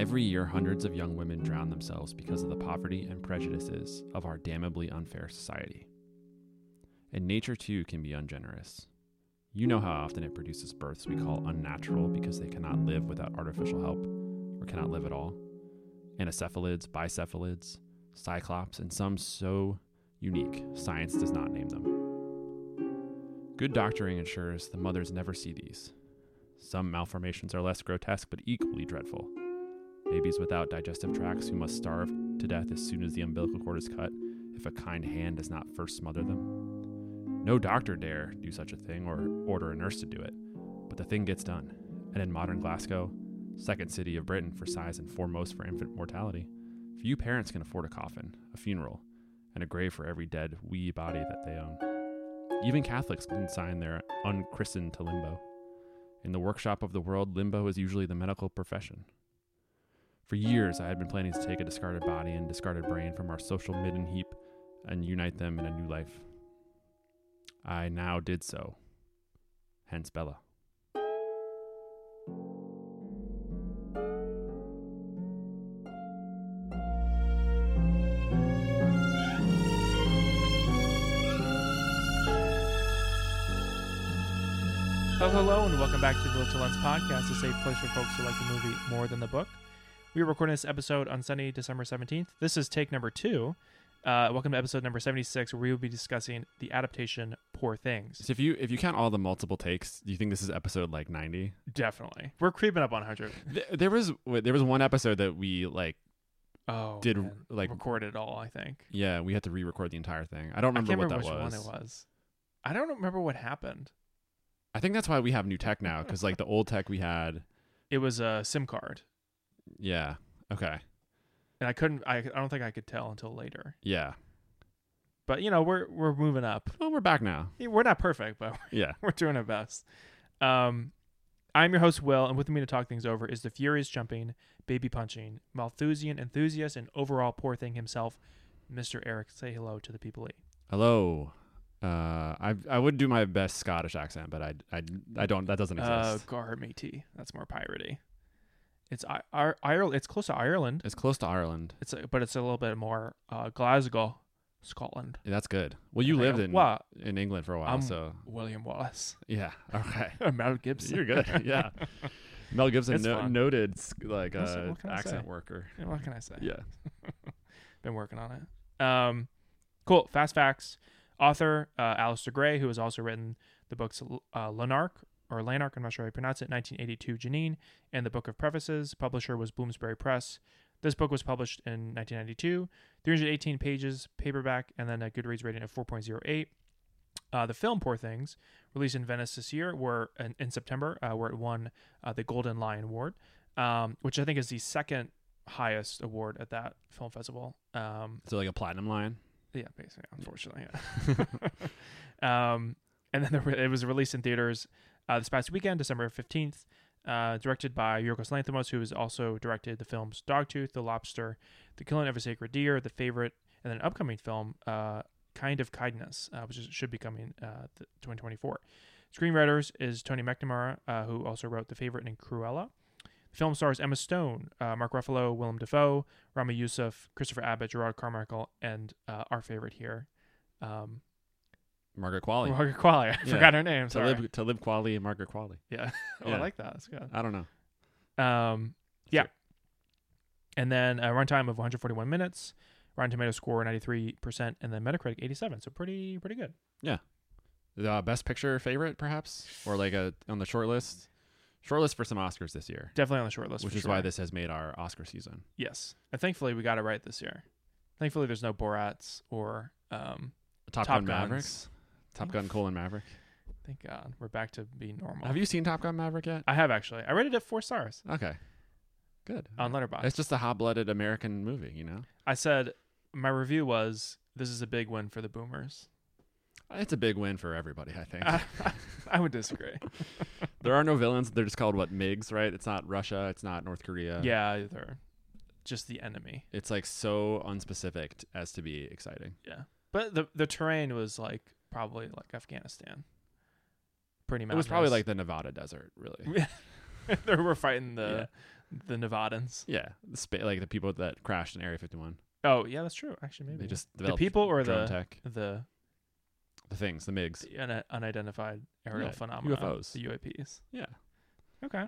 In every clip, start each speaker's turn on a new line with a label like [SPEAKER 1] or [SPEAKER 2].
[SPEAKER 1] Every year, hundreds of young women drown themselves because of the poverty and prejudices of our damnably unfair society. And nature, too, can be ungenerous. You know how often it produces births we call unnatural because they cannot live without artificial help, or cannot live at all. Anencephalids, bicephalids, cyclops, and some so unique, science does not name them. Good doctoring ensures the mothers never see these. Some malformations are less grotesque but equally dreadful. Babies without digestive tracts who must starve to death as soon as the umbilical cord is cut if a kind hand does not first smother them. No doctor dare do such a thing or order a nurse to do it, but the thing gets done. And in modern Glasgow, second city of Britain for size and foremost for infant mortality, few parents can afford a coffin, a funeral, and a grave for every dead wee body that they own. Even Catholics consign their unchristened to limbo. In the workshop of the world, limbo is usually the medical profession. For years, I had been planning to take a discarded body and discarded brain from our social midden heap and unite them in a new life. I now did so. Hence Bella.
[SPEAKER 2] Well, hello, and welcome back to the Little Lens Podcast, a safe place for folks who like the movie more than the book. We are recording this episode on Sunday, December 17th. This is take number two. Uh, welcome to episode number 76, where we will be discussing the adaptation Poor Things.
[SPEAKER 1] So if you if you count all the multiple takes, do you think this is episode like 90?
[SPEAKER 2] Definitely. We're creeping up on 100.
[SPEAKER 1] Th- There was wait, there was one episode that we like
[SPEAKER 2] Oh,
[SPEAKER 1] did
[SPEAKER 2] man.
[SPEAKER 1] like
[SPEAKER 2] record it all, I think.
[SPEAKER 1] yeah, we had to re-record the entire thing. I don't
[SPEAKER 2] I
[SPEAKER 1] remember
[SPEAKER 2] can't
[SPEAKER 1] what
[SPEAKER 2] remember
[SPEAKER 1] that
[SPEAKER 2] which
[SPEAKER 1] was.
[SPEAKER 2] one it was. I don't remember what happened.
[SPEAKER 1] I think that's why we have new tech now cuz like the old tech we had,
[SPEAKER 2] It was a SIM card,
[SPEAKER 1] yeah. Okay.
[SPEAKER 2] and I couldn't, I, I don't think I could tell until later.
[SPEAKER 1] Yeah.
[SPEAKER 2] But, you know, we're, we're moving up.
[SPEAKER 1] Well, we're back now.
[SPEAKER 2] We're not perfect, but
[SPEAKER 1] Yeah.
[SPEAKER 2] we're doing our best. Um, I'm your host, Will, and with me to talk things over is the furious jumping, baby punching, Malthusian enthusiast, and overall poor thing himself, Mr. Eric. Say hello to the people.
[SPEAKER 1] Hello. Uh, I I would do my best Scottish accent, but I I, I don't. That doesn't
[SPEAKER 2] Uh,
[SPEAKER 1] exist.
[SPEAKER 2] Garmity. That's more piratey. It's I, I, Ireland. It's close to Ireland.
[SPEAKER 1] it's close to Ireland.
[SPEAKER 2] It's a, but it's a little bit more uh, Glasgow, Scotland.
[SPEAKER 1] Yeah, That's good. Well, you lived in
[SPEAKER 2] what?
[SPEAKER 1] in England for a while,
[SPEAKER 2] Um,
[SPEAKER 1] so
[SPEAKER 2] William Wallace,
[SPEAKER 1] yeah. Okay,
[SPEAKER 2] Mel Gibson.
[SPEAKER 1] you're good. Yeah, Mel Gibson,
[SPEAKER 2] It's
[SPEAKER 1] no,
[SPEAKER 2] fun.
[SPEAKER 1] noted s- like
[SPEAKER 2] What's-
[SPEAKER 1] uh,
[SPEAKER 2] what can I
[SPEAKER 1] accent
[SPEAKER 2] say?
[SPEAKER 1] worker.
[SPEAKER 2] Yeah, What can I say?
[SPEAKER 1] Yeah,
[SPEAKER 2] been working on it. Um, cool. Fast facts. Author uh, Alistair Gray, who has also written the books uh, Lanark or Lanark, I'm not sure how you pronounce it, 1982 Janine, and the Book of Prefaces. Publisher was Bloomsbury Press. This book was published in 1992, 318 pages, paperback, and then a Goodreads rating of 4.08. Uh, the film Poor Things, released in Venice this year, were in, in September, uh, where it won uh, the Golden Lion Award, um, which I think is the second highest award at that film festival. Um,
[SPEAKER 1] so like a platinum lion.
[SPEAKER 2] yeah, basically, unfortunately. Yeah. um, and then the re- it was released in theaters uh, this past weekend, December 15th, uh, directed by Yorgos Lanthimos, who has also directed the films Dogtooth, The Lobster, The Killing of a Sacred Deer, The Favorite, and then an upcoming film, uh, Kind of Kindness, uh, which is, should be coming uh, th- 2024. Screenwriters is Tony McNamara, uh, who also wrote The Favorite and Cruella. The film stars Emma Stone, uh, Mark Ruffalo, Willem Dafoe, Rami Youssef, Christopher Abbott, Gerard Carmichael, and uh, our favorite here, um,
[SPEAKER 1] Margaret Qualley.
[SPEAKER 2] Margaret Qualley. I
[SPEAKER 1] Yeah.
[SPEAKER 2] forgot her name. Sorry.
[SPEAKER 1] Talib Talib Qualley and Margaret Qualley.
[SPEAKER 2] yeah. oh,
[SPEAKER 1] Yeah.
[SPEAKER 2] I like that. That's good.
[SPEAKER 1] I don't know.
[SPEAKER 2] Um, yeah.
[SPEAKER 1] Sure.
[SPEAKER 2] And then a runtime of 141 minutes, Rotten Tomato score 93%, and then Metacritic 87. So pretty, pretty good.
[SPEAKER 1] The uh, best picture favorite, perhaps, or like a on the short list. Short list for some Oscars this year,
[SPEAKER 2] Definitely on the short list.
[SPEAKER 1] which
[SPEAKER 2] for
[SPEAKER 1] is why
[SPEAKER 2] sure.
[SPEAKER 1] this has made our Oscar season.
[SPEAKER 2] Yes. And thankfully, we got it right this year. Thankfully, there's no Borats or. Um,
[SPEAKER 1] Top,
[SPEAKER 2] Top
[SPEAKER 1] Gun Mavericks.
[SPEAKER 2] Guns.
[SPEAKER 1] Top Gun: Colin Maverick.
[SPEAKER 2] thank God. We're back to being normal.
[SPEAKER 1] Have you seen Top Gun Maverick yet?
[SPEAKER 2] I have actually. I rated it four stars
[SPEAKER 1] Okay, good.
[SPEAKER 2] on Letterboxd.
[SPEAKER 1] It's just a hot-blooded American movie, you know.
[SPEAKER 2] I said my review was this is a big win for the boomers.
[SPEAKER 1] It's a big win for everybody, I think.
[SPEAKER 2] I, I would disagree.
[SPEAKER 1] there are no villains. They're just called what MIGs, right? It's not Russia. It's not North Korea.
[SPEAKER 2] yeah, they're just the enemy.
[SPEAKER 1] It's like so unspecific t- as to be exciting.
[SPEAKER 2] Yeah, but the the terrain was like probably like Afghanistan, pretty much.
[SPEAKER 1] It was probably like the Nevada desert, really.
[SPEAKER 2] they were fighting the the Nevadans.
[SPEAKER 1] Yeah, the spa- like the people that crashed in Area 51.
[SPEAKER 2] Oh yeah, that's true. Actually, maybe
[SPEAKER 1] They just
[SPEAKER 2] the
[SPEAKER 1] developed
[SPEAKER 2] people or
[SPEAKER 1] drone
[SPEAKER 2] the
[SPEAKER 1] tech,
[SPEAKER 2] the,
[SPEAKER 1] the things, the MIGs.
[SPEAKER 2] the un- unidentified aerial
[SPEAKER 1] Yeah,
[SPEAKER 2] phenomena,
[SPEAKER 1] UFOs.
[SPEAKER 2] the UAPs.
[SPEAKER 1] Yeah.
[SPEAKER 2] Okay,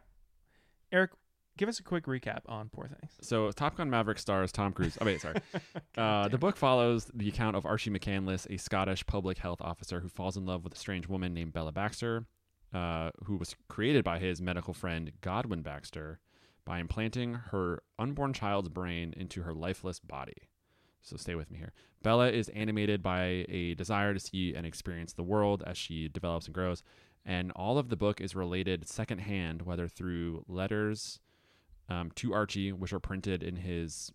[SPEAKER 2] Eric, give us a quick recap on Poor Things.
[SPEAKER 1] So Top Gun Maverick stars Tom Cruise. Oh wait, sorry. Uh, the book follows the account of Archie McCandless, a Scottish public health officer who falls in love with a strange woman named Bella Baxter, uh, who was created by his medical friend Godwin Baxter by implanting her unborn child's brain into her lifeless body. So stay with me here. Bella is animated by a desire to see and experience the world as she develops and grows, and all of the book is related secondhand, whether through letters um, to Archie, which are printed in his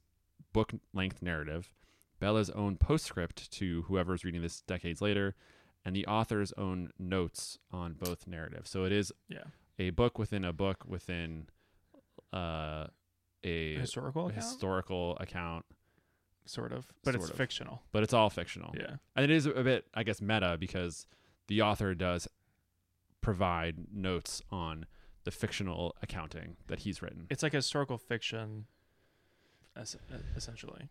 [SPEAKER 1] book length narrative, Bella's own postscript to whoever's reading this decades later, and the author's own notes on both narratives. So it is
[SPEAKER 2] Yeah,
[SPEAKER 1] a book within a book within uh, a
[SPEAKER 2] historical account,
[SPEAKER 1] historical account,
[SPEAKER 2] sort of, but it's
[SPEAKER 1] Sort of. Oh.
[SPEAKER 2] fictional.
[SPEAKER 1] but it's all fictional.
[SPEAKER 2] Yeah,
[SPEAKER 1] And it is a bit, I guess, meta because the author does provide notes on the fictional accounting that he's written.
[SPEAKER 2] it's like historical fiction, es- essentially.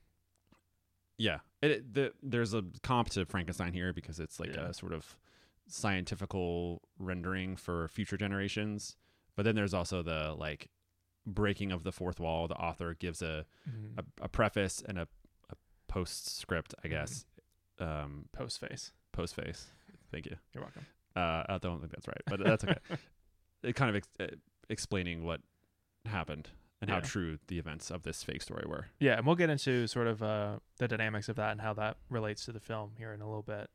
[SPEAKER 1] Yeah, it, it, the, there's a comp to Frankenstein here because it's like
[SPEAKER 2] Yeah.
[SPEAKER 1] a sort of scientifical rendering for future generations. But then there's also the like breaking of the fourth wall. The author gives a
[SPEAKER 2] Mhm.
[SPEAKER 1] a, a preface and a, a postscript,
[SPEAKER 2] Mm-hmm.
[SPEAKER 1] I guess. Um,
[SPEAKER 2] Post face.
[SPEAKER 1] postface. Thank you.
[SPEAKER 2] You're welcome.
[SPEAKER 1] Uh, I don't think that's right, but that's okay. it kind of ex- uh, explaining what happened and how
[SPEAKER 2] Yeah.
[SPEAKER 1] true the events of this fake story were.
[SPEAKER 2] Yeah, and we'll get into sort of uh, the dynamics of that and how that relates to the film here in a little bit.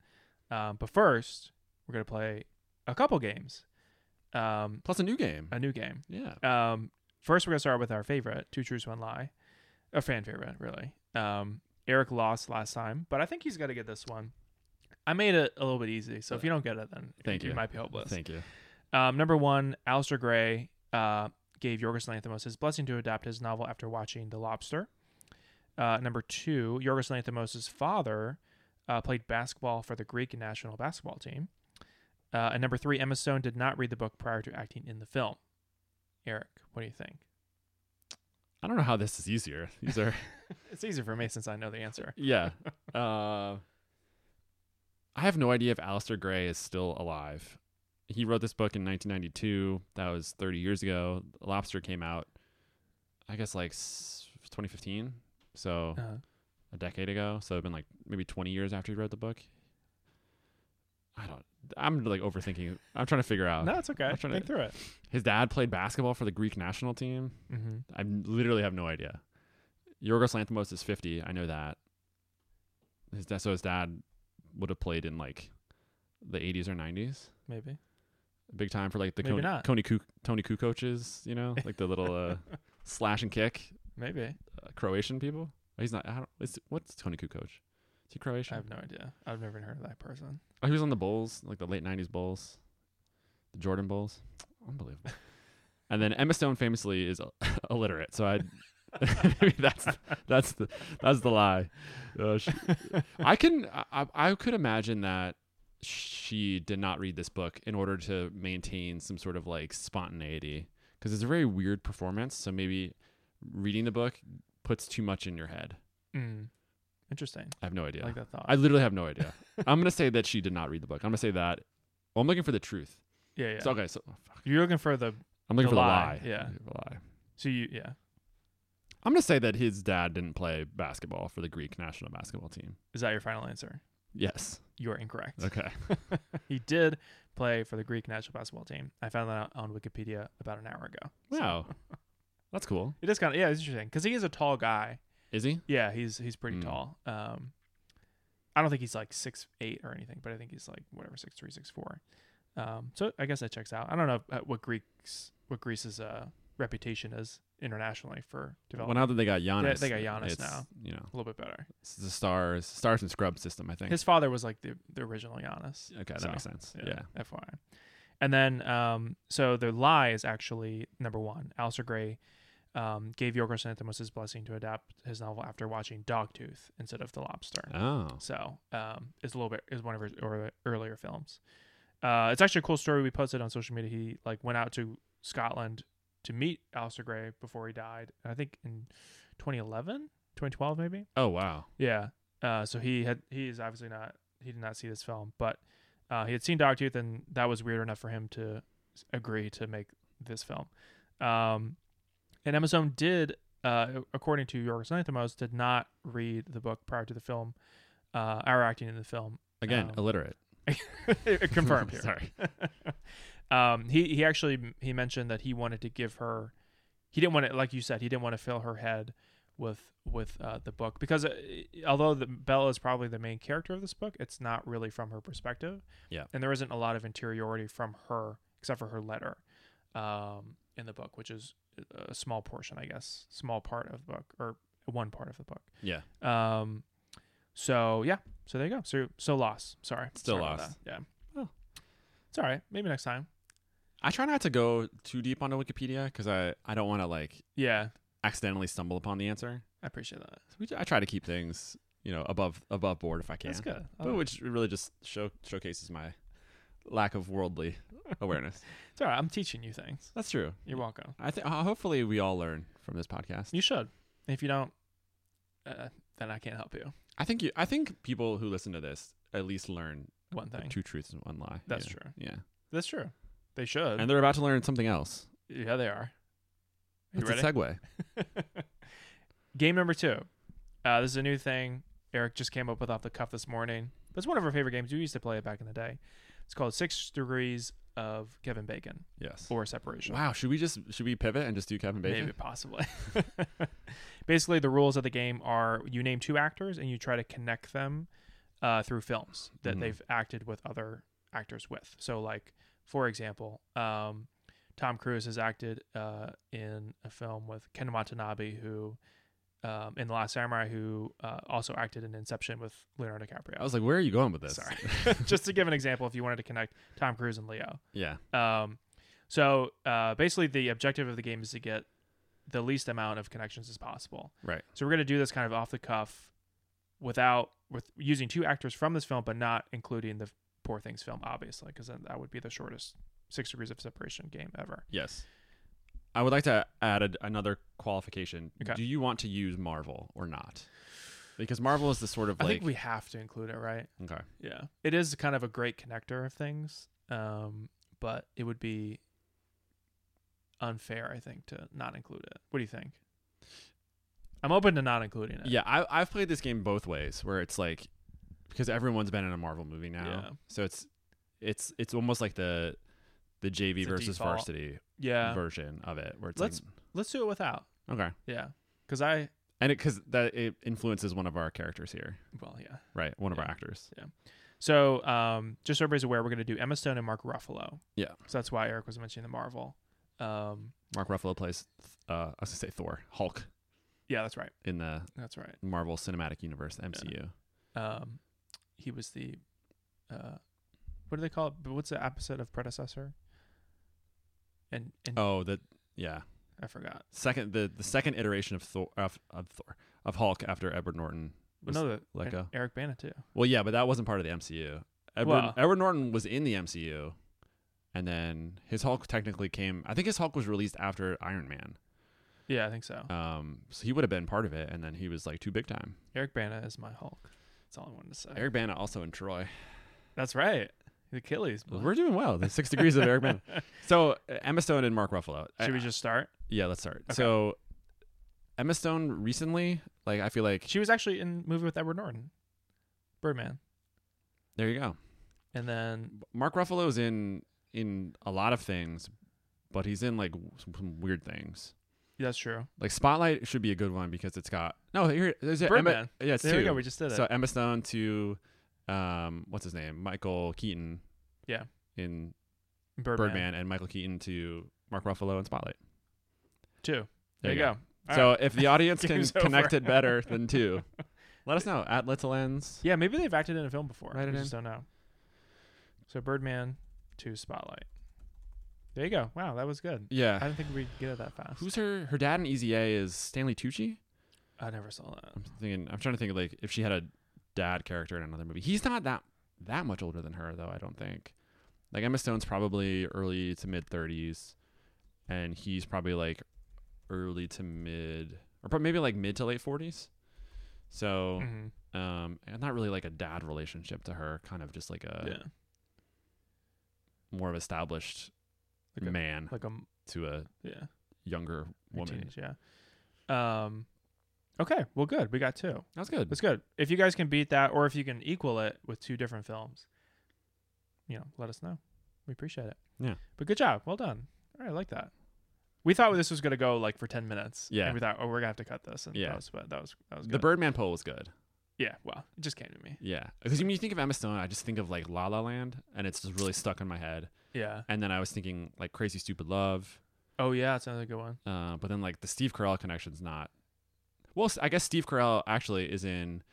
[SPEAKER 2] Um, but first, we're going to play a couple games, um,
[SPEAKER 1] Plus a new game.
[SPEAKER 2] a new game.
[SPEAKER 1] yeah.
[SPEAKER 2] Um, first, we're going to start with our favorite, Two Truths, One Lie, a fan favorite, really. Um, Eric lost last time, but I think he's going to get this one. I made it a little bit easy, so if you don't get it, then
[SPEAKER 1] Thank you.
[SPEAKER 2] might be hopeless.
[SPEAKER 1] Thank you.
[SPEAKER 2] Um, number one, Alistair Gray uh, gave Yorgos Lanthimos his blessing to adapt his novel after watching The Lobster. Uh, number two, Yorgos Lanthimos' father uh, played basketball for the Greek national basketball team. Uh, and number three, Emma Stone did not read the book prior to acting in the film. Eric, what do you think?
[SPEAKER 1] I don't know how this is easier. These are
[SPEAKER 2] It's easy for me since I know the answer.
[SPEAKER 1] yeah. Uh, I have no idea if Alistair Gray is still alive. He wrote this book in 1992. That was 30 years ago. Lobster came out, I guess, like s- 2015. So
[SPEAKER 2] Uh,
[SPEAKER 1] a decade ago. So it'd been like maybe 20 years after he wrote the book. I don't. I'm like overthinking. I'm trying to figure out.
[SPEAKER 2] no, it's okay.
[SPEAKER 1] Uh, I'm trying to-
[SPEAKER 2] Think through it.
[SPEAKER 1] His dad played basketball for the Greek national team.
[SPEAKER 2] Mm-hmm.
[SPEAKER 1] I literally have no idea. Yorgos Lanthimos is 50. I know that. His dad, so his dad would have played in like the 80s or 90s.
[SPEAKER 2] Maybe.
[SPEAKER 1] Big time for like the
[SPEAKER 2] Maybe
[SPEAKER 1] Coney,
[SPEAKER 2] not.
[SPEAKER 1] Coney Ku, Tony Kukocs, you know, like the little uh, slash and kick
[SPEAKER 2] Maybe.
[SPEAKER 1] uh, Croatian people. He's not. I don't, it's, what's Tony Kukoc? Is he
[SPEAKER 2] I
[SPEAKER 1] Croatian?
[SPEAKER 2] have no idea. I've never even heard of that person.
[SPEAKER 1] Oh, he was on the Bulls, like the late '90s Bulls, the Jordan Bulls. Unbelievable. and then Emma Stone famously is illiterate, so I maybe that's that's the that's the lie. Uh, she- I can I- I, I could imagine that she did not read this book in order to maintain some sort of like spontaneity because it's a very weird performance. So maybe reading the book puts too much in your head.
[SPEAKER 2] Mm. Interesting.
[SPEAKER 1] I have no idea.
[SPEAKER 2] I like that thought.
[SPEAKER 1] I literally have no idea. I'm gonna say that she did not read the book. I'm gonna say that. Well, I'm looking for the truth.
[SPEAKER 2] yeah, yeah.
[SPEAKER 1] So, okay, so oh, fuck.
[SPEAKER 2] You're looking for the
[SPEAKER 1] I'm looking
[SPEAKER 2] The
[SPEAKER 1] for the
[SPEAKER 2] lie,
[SPEAKER 1] lie.
[SPEAKER 2] yeah.
[SPEAKER 1] I'm looking for the lie.
[SPEAKER 2] so you yeah.
[SPEAKER 1] I'm gonna say that his dad didn't play basketball for the Greek national basketball team.
[SPEAKER 2] Is that your final answer?
[SPEAKER 1] Yes.
[SPEAKER 2] You are incorrect.
[SPEAKER 1] Okay.
[SPEAKER 2] He did play for the Greek national basketball team. I found that out on Wikipedia about an hour ago. So
[SPEAKER 1] Wow. That's cool.
[SPEAKER 2] it is kind of yeah, it's interesting because he is a tall guy.
[SPEAKER 1] Is he?
[SPEAKER 2] Yeah, he's he's pretty
[SPEAKER 1] Mm.
[SPEAKER 2] tall. Um, I don't think he's like six eight or anything, but I think he's like whatever six three six four. Um, so I guess that checks out. I don't know uh, what Greeks what Greece's uh reputation is internationally for
[SPEAKER 1] Well,
[SPEAKER 2] development.
[SPEAKER 1] now that they got Giannis,
[SPEAKER 2] they got Giannis
[SPEAKER 1] it's,
[SPEAKER 2] now.
[SPEAKER 1] You know,
[SPEAKER 2] a little bit better.
[SPEAKER 1] it's the stars, stars and scrub system. I think.
[SPEAKER 2] His father was like the, the original Giannis.
[SPEAKER 1] okay, that
[SPEAKER 2] so,
[SPEAKER 1] makes sense. Yeah.
[SPEAKER 2] FYI. And then, um, so the lie is actually number one. Alistair Gray um, gave Yorgos Lanthimos his blessing to adapt his novel after watching Dogtooth instead of The Lobster.
[SPEAKER 1] Oh.
[SPEAKER 2] So um, it's a little bit is one of his ear- earlier films. Uh, it's actually a cool story we posted on social media. He like went out to Scotland to meet Alistair Gray before he died. I think in 2011, 2012, maybe.
[SPEAKER 1] Oh wow.
[SPEAKER 2] Yeah. Uh, so he had he is obviously not he did not see this film, but uh, he had seen Dogtooth, and that was weird enough for him to s- agree to make this film. Um, and Emma Stone did, uh, according to Yorgos Lanthimos, did not read the book prior to the film, uh, or acting in the film.
[SPEAKER 1] Again,
[SPEAKER 2] Um,
[SPEAKER 1] illiterate.
[SPEAKER 2] Confirmed here.
[SPEAKER 1] Sorry.
[SPEAKER 2] um, he he actually he mentioned that he wanted to give her, he didn't want to like you said he didn't want to fill her head with with uh, the book because uh, although the Bella is probably the main character of this book, it's not really from her perspective.
[SPEAKER 1] Yeah.
[SPEAKER 2] and there isn't a lot of interiority from her except for her letter um, in the book, which is a small portion, I guess, small part of the book or one part of the book.
[SPEAKER 1] Yeah.
[SPEAKER 2] Um, so yeah, so there you go. So so lost. Sorry,
[SPEAKER 1] Still
[SPEAKER 2] Sorry about
[SPEAKER 1] lost.
[SPEAKER 2] that. Yeah.
[SPEAKER 1] Oh.
[SPEAKER 2] It's all right. Maybe next time.
[SPEAKER 1] I try not to go too deep onto Wikipedia because I, I don't want to like
[SPEAKER 2] Yeah,
[SPEAKER 1] accidentally stumble upon the answer.
[SPEAKER 2] I appreciate that.
[SPEAKER 1] So we, I try to keep things you know above above board if I can.
[SPEAKER 2] That's good. Oh. I
[SPEAKER 1] But
[SPEAKER 2] like-
[SPEAKER 1] which really just show, showcases my lack of worldly awareness.
[SPEAKER 2] It's all right. I'm teaching you things.
[SPEAKER 1] That's true.
[SPEAKER 2] You're welcome.
[SPEAKER 1] I think uh, hopefully we all learn from this podcast.
[SPEAKER 2] You should. If you don't, uh, then I can't help you.
[SPEAKER 1] I think you, I think people who listen to this at least learn
[SPEAKER 2] One
[SPEAKER 1] the
[SPEAKER 2] thing.
[SPEAKER 1] two truths and one lie.
[SPEAKER 2] That's
[SPEAKER 1] yeah.
[SPEAKER 2] true. Uh,
[SPEAKER 1] Yeah,
[SPEAKER 2] That's true. They should.
[SPEAKER 1] and they're about to learn something else.
[SPEAKER 2] yeah, they are. You
[SPEAKER 1] It's a
[SPEAKER 2] ready?
[SPEAKER 1] segue.
[SPEAKER 2] Game number two. Uh, this is a new thing Eric just came up with off the cuff this morning. But it's one of our favorite games. We used to play it back in the day. It's called Six Degrees of Kevin Bacon
[SPEAKER 1] Yes.
[SPEAKER 2] or Separation.
[SPEAKER 1] Wow. Should we just should we pivot and just do Kevin Bacon?
[SPEAKER 2] Maybe possibly. Basically, the rules of the game are you name two actors and you try to connect them uh, through films that
[SPEAKER 1] Mhm.
[SPEAKER 2] they've acted with other actors with. So, like for example, um, Tom Cruise has acted uh, in a film with Ken Watanabe, who um, in The Last Samurai, who uh, also acted in Inception with Leonardo DiCaprio.
[SPEAKER 1] I was like, where are you going with this?
[SPEAKER 2] Sorry, just to give an example, if you wanted to connect Tom Cruise and Leo.
[SPEAKER 1] Yeah.
[SPEAKER 2] Um, so uh, basically, the objective of the game is to get the least amount of connections as possible.
[SPEAKER 1] Right.
[SPEAKER 2] So we're going to do this kind of off the cuff, without with using two actors from this film, but not including the Poor Things film, obviously, because that would be the shortest six degrees of separation game ever.
[SPEAKER 1] Yes. I would like to add a, another qualification.
[SPEAKER 2] Okay.
[SPEAKER 1] Do you want to use Marvel or not? Because Marvel is the sort of
[SPEAKER 2] I
[SPEAKER 1] like
[SPEAKER 2] think we have to include it, right?
[SPEAKER 1] okay.
[SPEAKER 2] Yeah, it is kind of a great connector of things, um, but it would be unfair, I think, to not include it. What do you think? I'm open to not including it.
[SPEAKER 1] Yeah, I, I've played this game both ways, where it's like because everyone's been in a Marvel movie now,
[SPEAKER 2] Yeah.
[SPEAKER 1] so it's it's it's almost like the the JV
[SPEAKER 2] It's a
[SPEAKER 1] versus
[SPEAKER 2] default.
[SPEAKER 1] varsity
[SPEAKER 2] Yeah.
[SPEAKER 1] version of it, where it's
[SPEAKER 2] Let's- Let's do it without.
[SPEAKER 1] like okay,
[SPEAKER 2] Yeah. Because I,
[SPEAKER 1] and because that it influences one of our characters here,
[SPEAKER 2] well, yeah.
[SPEAKER 1] right? One of our
[SPEAKER 2] Yeah.
[SPEAKER 1] actors.
[SPEAKER 2] So um, just so everybody's aware, we're going to do Emma Stone and Mark Ruffalo.
[SPEAKER 1] Yeah.
[SPEAKER 2] So that's why Eric was mentioning the Marvel. Um,
[SPEAKER 1] Mark Ruffalo plays uh, I was gonna say Thor, Hulk
[SPEAKER 2] yeah, that's right.
[SPEAKER 1] in the
[SPEAKER 2] That's right.
[SPEAKER 1] Marvel Cinematic Universe, the MCU.
[SPEAKER 2] Um, he was the, uh, what do they call it? But What's the opposite of predecessor? And, and
[SPEAKER 1] Oh, that yeah.
[SPEAKER 2] I forgot.
[SPEAKER 1] Second the the second iteration of Thor of, of Thor of Hulk after Edward Norton.
[SPEAKER 2] But
[SPEAKER 1] Was,
[SPEAKER 2] no, the,
[SPEAKER 1] let
[SPEAKER 2] and
[SPEAKER 1] go?
[SPEAKER 2] Eric Bana too.
[SPEAKER 1] Well, yeah, but that wasn't part of the MCU. Edward
[SPEAKER 2] Well-
[SPEAKER 1] Edward Norton was in the MCU, and then his Hulk technically came. I think his Hulk was released after Iron Man.
[SPEAKER 2] Yeah, I think so.
[SPEAKER 1] Um, so he would have been part of it, and then he was like too big time.
[SPEAKER 2] Eric Bana is my Hulk. That's all I wanted to say.
[SPEAKER 1] Eric Bana also in Troy.
[SPEAKER 2] That's right. The Achilles. boy.
[SPEAKER 1] We're doing well. The six degrees of Eric Bana. So uh, Emma Stone and Mark Ruffalo. I-
[SPEAKER 2] Should we just start?
[SPEAKER 1] Yeah, let's start.
[SPEAKER 2] Okay.
[SPEAKER 1] So Emma Stone recently, like I feel like
[SPEAKER 2] She was actually in a movie with Edward Norton, Birdman,
[SPEAKER 1] there you go.
[SPEAKER 2] and then
[SPEAKER 1] Mark Ruffalo's in in a lot of things, but he's in like w- some weird things.
[SPEAKER 2] that's true.
[SPEAKER 1] Like Spotlight should be a good one because it's got no here. There's a Emma,
[SPEAKER 2] Birdman.
[SPEAKER 1] yeah, it's
[SPEAKER 2] there
[SPEAKER 1] two.
[SPEAKER 2] we go. We just did it.
[SPEAKER 1] so Emma Stone to um, what's his name? Michael Keaton.
[SPEAKER 2] Yeah.
[SPEAKER 1] In
[SPEAKER 2] Birdman,
[SPEAKER 1] Birdman, and Michael Keaton to Mark Ruffalo in Spotlight.
[SPEAKER 2] two. There, you go. All
[SPEAKER 1] So if the audience can
[SPEAKER 2] Game's
[SPEAKER 1] connect
[SPEAKER 2] over.
[SPEAKER 1] it better than two, let us know at Let's Lens.
[SPEAKER 2] Yeah, maybe they've acted in a film before.
[SPEAKER 1] Write it
[SPEAKER 2] we just don't know. So Birdman to Spotlight. There you go. Wow, that was good. I
[SPEAKER 1] Yeah.
[SPEAKER 2] didn't think we'd get it that fast.
[SPEAKER 1] Who's her? Her dad in Easy A is Stanley Tucci.
[SPEAKER 2] I never saw that.
[SPEAKER 1] I'm thinking. I'm trying to think of like if she had a dad character in another movie. He's not that that much older than her though. I don't think. Like Emma Stone's probably early to mid 30s, and he's probably like early to mid, or probably maybe like mid to late forties. So,
[SPEAKER 2] hmm
[SPEAKER 1] um, and not really like a dad relationship to her, kind of just like a
[SPEAKER 2] yeah,
[SPEAKER 1] more of established
[SPEAKER 2] Like a-
[SPEAKER 1] man
[SPEAKER 2] like a m-
[SPEAKER 1] to a
[SPEAKER 2] yeah,
[SPEAKER 1] younger
[SPEAKER 2] a
[SPEAKER 1] woman.
[SPEAKER 2] teenage, yeah. Um, okay, well, good. We got two.
[SPEAKER 1] That's good.
[SPEAKER 2] That's good. If you guys can beat that, or if you can equal it with two different films, you know, let us know. We appreciate it.
[SPEAKER 1] Yeah.
[SPEAKER 2] But good job. Well done. All right, I like that. We thought this was gonna go like for ten minutes.
[SPEAKER 1] Yeah.
[SPEAKER 2] And we thought, oh, we're gonna have to cut this. And
[SPEAKER 1] Yeah.
[SPEAKER 2] That was, but that was that was good.
[SPEAKER 1] The Birdman poll was good.
[SPEAKER 2] yeah. Well, it just came to me.
[SPEAKER 1] Yeah, because when you think of Emma Stone, I just think of like La La Land, and it's just really stuck in my head.
[SPEAKER 2] Yeah.
[SPEAKER 1] And then I was thinking like Crazy Stupid Love,
[SPEAKER 2] Oh yeah, that's another good one.
[SPEAKER 1] uh, but then like the Steve Carell connection's not. Well, s- I guess Steve Carell actually is in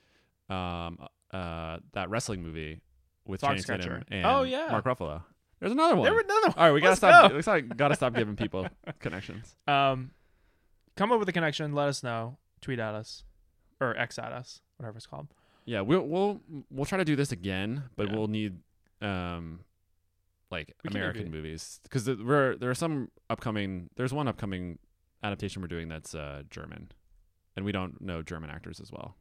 [SPEAKER 1] um, uh, that wrestling movie with Channing Tatum
[SPEAKER 2] Foxcatcher.
[SPEAKER 1] and
[SPEAKER 2] Oh, yeah.
[SPEAKER 1] Mark Ruffalo. There's another one.
[SPEAKER 2] There were another one.
[SPEAKER 1] All right, we gotta
[SPEAKER 2] Let's
[SPEAKER 1] stop.
[SPEAKER 2] go.
[SPEAKER 1] Looks like gotta stop giving people connections.
[SPEAKER 2] Um, come up with a connection. Let us know. Tweet at us, or X at us, whatever it's called.
[SPEAKER 1] Yeah, we'll we'll we'll try to do this again, but
[SPEAKER 2] Yeah.
[SPEAKER 1] we'll need um like
[SPEAKER 2] We can
[SPEAKER 1] American
[SPEAKER 2] maybe-
[SPEAKER 1] movies because the, we're there are some upcoming. There's one upcoming adaptation we're doing that's uh German, and we don't know German actors as well.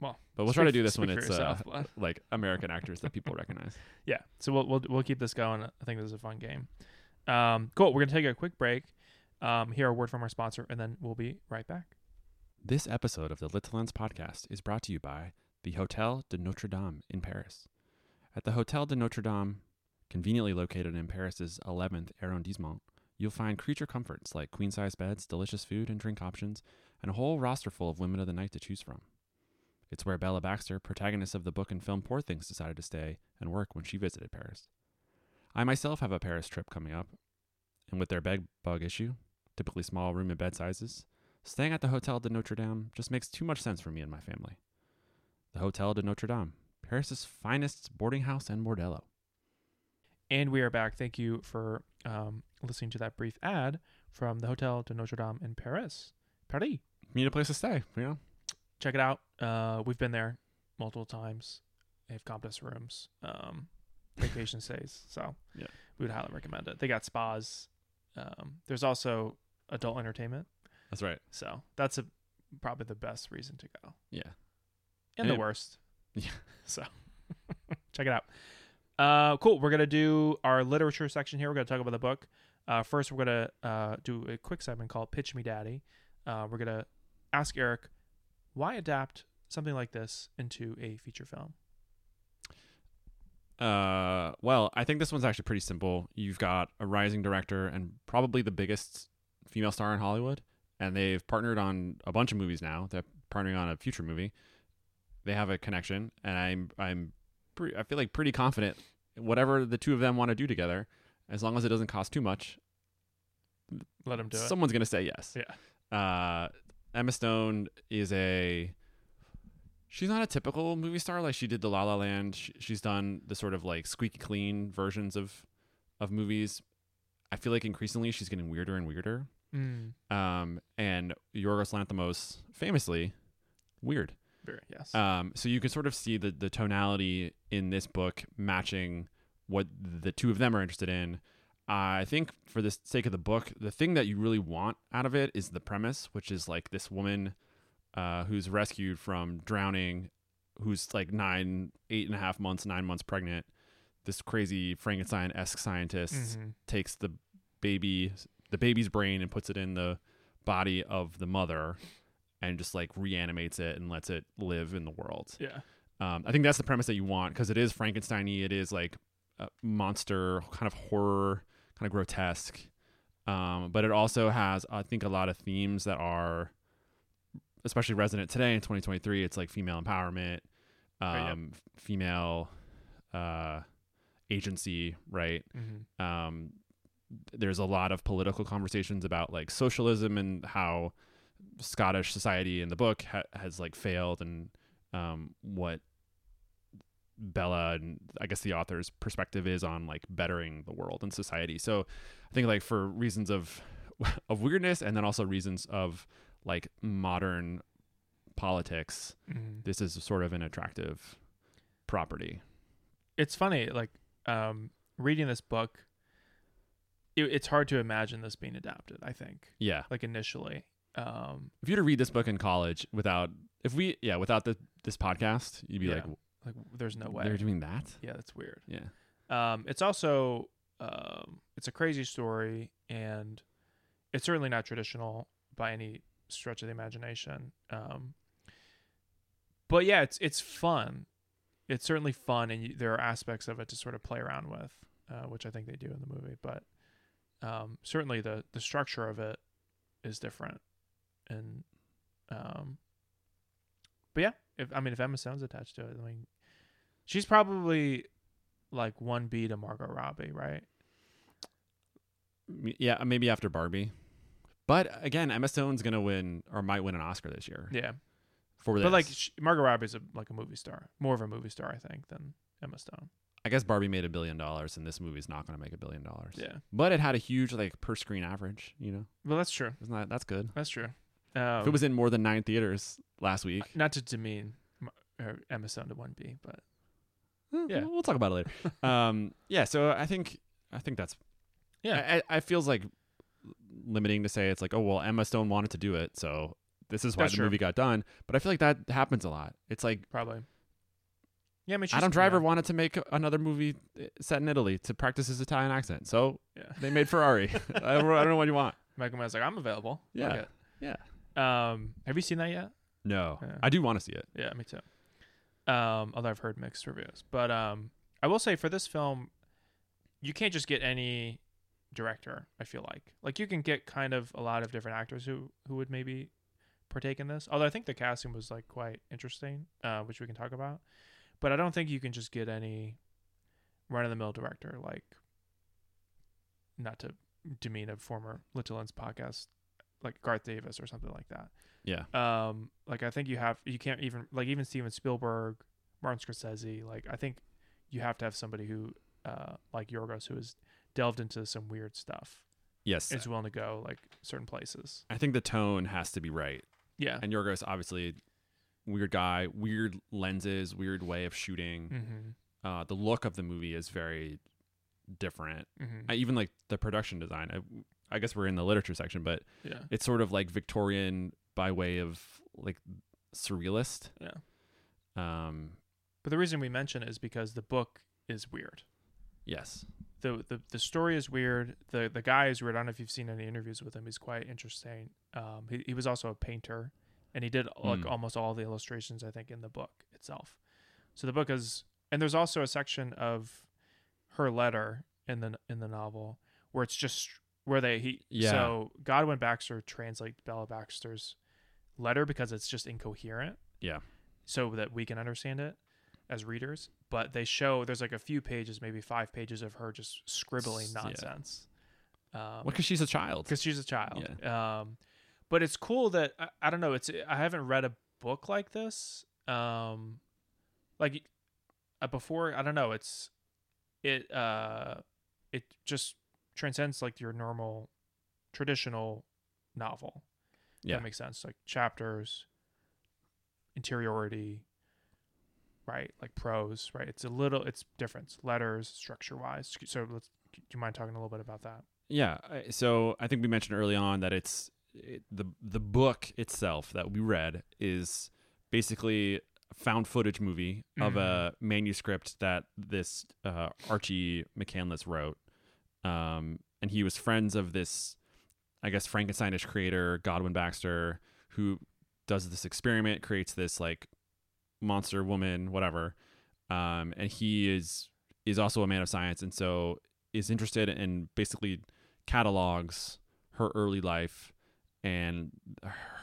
[SPEAKER 2] Well,
[SPEAKER 1] but we'll try to
[SPEAKER 2] Speak-
[SPEAKER 1] do this when
[SPEAKER 2] speak for
[SPEAKER 1] it's
[SPEAKER 2] yourself,
[SPEAKER 1] uh,
[SPEAKER 2] bud.
[SPEAKER 1] like American actors that people recognize.
[SPEAKER 2] yeah. So we'll we'll we'll keep this going. I think this is a fun game. Um, cool. We're gonna take a quick break. Um, hear a word from our sponsor, and then we'll be right back.
[SPEAKER 1] This episode of the Litalens podcast is brought to you by the Hotel de Notre Dame in Paris. At the Hotel de Notre Dame, conveniently located in Paris's 11th arrondissement, you'll find creature comforts like queen size beds, delicious food and drink options, and a whole roster full of women of the night to choose from. It's where Bella Baxter, protagonist of the book and film Poor Things, decided to stay and work when she visited Paris. I myself have a Paris trip coming up, and with their bed bug issue, typically small room and bed sizes, Staying at the Hotel de Notre Dame just makes too much sense for me and my family. The Hotel de Notre Dame, Paris's finest boarding house and bordello.
[SPEAKER 2] And we are back. Thank you for um, listening to that brief ad from the Hotel de Notre Dame in Paris. Paris.
[SPEAKER 1] Need a place to stay, you know?
[SPEAKER 2] Check it out. Uh, we've been there multiple times. They have compass rooms, um, vacation stays. So
[SPEAKER 1] Yeah.
[SPEAKER 2] we would highly recommend it. They got spas. Um, there's also adult entertainment.
[SPEAKER 1] That's right.
[SPEAKER 2] So that's a, probably the best reason to go.
[SPEAKER 1] Yeah.
[SPEAKER 2] and
[SPEAKER 1] Yeah.
[SPEAKER 2] the worst.
[SPEAKER 1] Yeah.
[SPEAKER 2] So check it out. Uh, cool. We're gonna do our literature section here. We're gonna talk about the book. Uh, first, we're gonna uh, do a quick segment called "Pitch Me, Daddy." Uh, we're gonna ask Eric why adapt something like this into a feature film.
[SPEAKER 1] Uh, well, I think this one's actually pretty simple. You've got a rising director and probably the biggest female star in Hollywood, and they've partnered on a bunch of movies now. They're partnering on a future movie. They have a connection, and I'm I'm pre- I feel like pretty confident whatever the two of them want to do together, as long as it doesn't cost too much,
[SPEAKER 2] Let him do it.
[SPEAKER 1] someone's gonna say yes.
[SPEAKER 2] Yeah.
[SPEAKER 1] Uh, Emma Stone is a. She's not a typical movie star. Like she did the La La Land. She, she's done the sort of like squeaky clean versions of, of movies. I feel like increasingly she's getting weirder and weirder.
[SPEAKER 2] Mm,
[SPEAKER 1] Um, and Yorgos Lanthimos famously, weird.
[SPEAKER 2] very yes.
[SPEAKER 1] Um, so you can sort of see the the tonality in this book matching what the two of them are interested in. I think for the sake of the book, the thing that you really want out of it is the premise, which is like this woman uh, who's rescued from drowning, who's like nine, eight and a half months, nine months pregnant. This crazy Frankenstein esque scientist
[SPEAKER 2] Mhm.
[SPEAKER 1] takes the baby the baby's brain and puts it in the body of the mother and just like reanimates it and lets it live in the world
[SPEAKER 2] Yeah.
[SPEAKER 1] um, i think that's the premise that you want because it is frankenstein-y it is like a monster kind of horror kind of grotesque um, but it also has i think a lot of themes that are especially resonant today in 2023 it's like female empowerment um,
[SPEAKER 2] Right, yep.
[SPEAKER 1] female uh, agency right
[SPEAKER 2] Mhm.
[SPEAKER 1] um, there's a lot of political conversations about like socialism and how Scottish society in the book ha- has like failed and um, what Bella and I guess the author's perspective is on like bettering the world and society. So I think like for reasons of of weirdness and then also reasons of like modern politics,
[SPEAKER 2] Mhm.
[SPEAKER 1] this is sort of an attractive property.
[SPEAKER 2] it's funny like um reading this book it, it's hard to imagine this being adapted. I think
[SPEAKER 1] Yeah.
[SPEAKER 2] like initially. Um,
[SPEAKER 1] If you were to read this book in college without, if we, yeah, without the, this podcast, you'd be
[SPEAKER 2] Yeah.
[SPEAKER 1] like,
[SPEAKER 2] like there's no way.
[SPEAKER 1] they're doing that?
[SPEAKER 2] yeah, that's weird.
[SPEAKER 1] Yeah.
[SPEAKER 2] Um, it's also um, it's a crazy story, and it's certainly not traditional by any stretch of the imagination. Um, but yeah, it's it's fun. It's certainly fun, and you, there are aspects of it to sort of play around with, uh, which I think they do in the movie. But um, certainly the the structure of it is different, and um, but yeah, if I mean if Emma Stone's attached to it, I mean she's probably like one B to Margot Robbie, right?
[SPEAKER 1] M- Yeah. Maybe after Barbie. But again, Emma Stone's going to win or might win an Oscar this year
[SPEAKER 2] Yeah,
[SPEAKER 1] for this.
[SPEAKER 2] but like sh Margot Robbie's a, like a movie star, more of a movie star, I think, than Emma Stone.
[SPEAKER 1] I guess Barbie made a billion dollars and this movie's not going to make a billion dollars.
[SPEAKER 2] Yeah,
[SPEAKER 1] But it had a huge like per screen average, you know?
[SPEAKER 2] well, that's true.
[SPEAKER 1] Isn't that, that's good.
[SPEAKER 2] That's true. Um,
[SPEAKER 1] if it was in more than nine theaters last week,
[SPEAKER 2] not to demean Mar- or Emma Stone to one B, but
[SPEAKER 1] Eh,
[SPEAKER 2] Yeah.
[SPEAKER 1] we'll talk about it later. um, yeah, so I think I think that's
[SPEAKER 2] Yeah.
[SPEAKER 1] I, I, I feels like limiting to say it's like oh well Emma Stone wanted to do it, so this is why
[SPEAKER 2] That's
[SPEAKER 1] the
[SPEAKER 2] true.
[SPEAKER 1] movie got done. But I feel like that happens a lot. It's like
[SPEAKER 2] probably. Yeah, I mean, she's,
[SPEAKER 1] Adam Driver
[SPEAKER 2] Yeah.
[SPEAKER 1] wanted to make another movie eh, set in Italy to practice his Italian accent, so
[SPEAKER 2] yeah.
[SPEAKER 1] they made Ferrari. I, don't, I don't know what you want.
[SPEAKER 2] Michael Mann's like, I'm available.
[SPEAKER 1] Yeah.
[SPEAKER 2] Fuck it. Um, have you seen that yet?
[SPEAKER 1] No,
[SPEAKER 2] Yeah.
[SPEAKER 1] I do want to see it.
[SPEAKER 2] Yeah, me too. Um, although I've heard mixed reviews, but um, I will say for this film, you can't just get any director. I feel like like you can get kind of a lot of different actors who who would maybe partake in this. Although I think the casting was like quite interesting, uh, which we can talk about. But I don't think you can just get any run of the mill director like. Not to demean a former Little Lens podcast, like Garth Davis or something like that
[SPEAKER 1] Yeah,
[SPEAKER 2] um like i think you have you can't even like even steven spielberg martin scorsese like i think you have to have somebody who uh like yorgos who has delved into some weird stuff
[SPEAKER 1] yes,
[SPEAKER 2] is willing to go like certain places
[SPEAKER 1] I think the tone has to be right.
[SPEAKER 2] yeah
[SPEAKER 1] And Yorgos obviously weird guy, weird lenses, weird way of shooting.
[SPEAKER 2] mm-hmm.
[SPEAKER 1] uh, the look of the movie is very different.
[SPEAKER 2] Mm-hmm.
[SPEAKER 1] I, even like the production design. I, I guess we're in the literature section, but
[SPEAKER 2] yeah
[SPEAKER 1] it's sort of like Victorian by way of like surrealist.
[SPEAKER 2] Yeah.
[SPEAKER 1] Um.
[SPEAKER 2] but the reason we mention it is because the book is weird
[SPEAKER 1] Yes.
[SPEAKER 2] the the, the story is weird the the guy is weird i don't know if you've seen any interviews with him he's quite interesting um he, he was also a painter and he did like
[SPEAKER 1] Mm.
[SPEAKER 2] almost all the illustrations i think in the book itself so the book is and there's also a section of her letter in the in the novel where it's just where they he
[SPEAKER 1] Yeah.
[SPEAKER 2] so godwin baxter translates bella baxter's letter because it's just incoherent
[SPEAKER 1] Yeah.
[SPEAKER 2] so that we can understand it as readers but they show there's like a few pages maybe five pages of her just scribbling
[SPEAKER 1] S- yeah.
[SPEAKER 2] nonsense um,
[SPEAKER 1] Well, because she's a child.
[SPEAKER 2] because she's a child. Um, but it's cool that I, I don't know. It's I haven't read a book like this. Um, like uh, before, I don't know. It's it uh, it just transcends like your normal, traditional novel. If
[SPEAKER 1] Yeah.
[SPEAKER 2] that makes sense. Like chapters, interiority. Right, like prose. Right, it's a little, it's different. It's letters, structure wise. So let's. Do you mind talking a little bit about that?
[SPEAKER 1] Yeah. I- So I think we mentioned early on that it's it, the the book itself that we read is basically a found footage movie of a manuscript that this uh, Archie McCandless wrote, um, and he was friends of this, I guess Frankensteinish creator Godwin Baxter, who does this experiment, creates this like monster woman, whatever, um, and he is is also a man of science, and so is interested in basically catalogs her early life and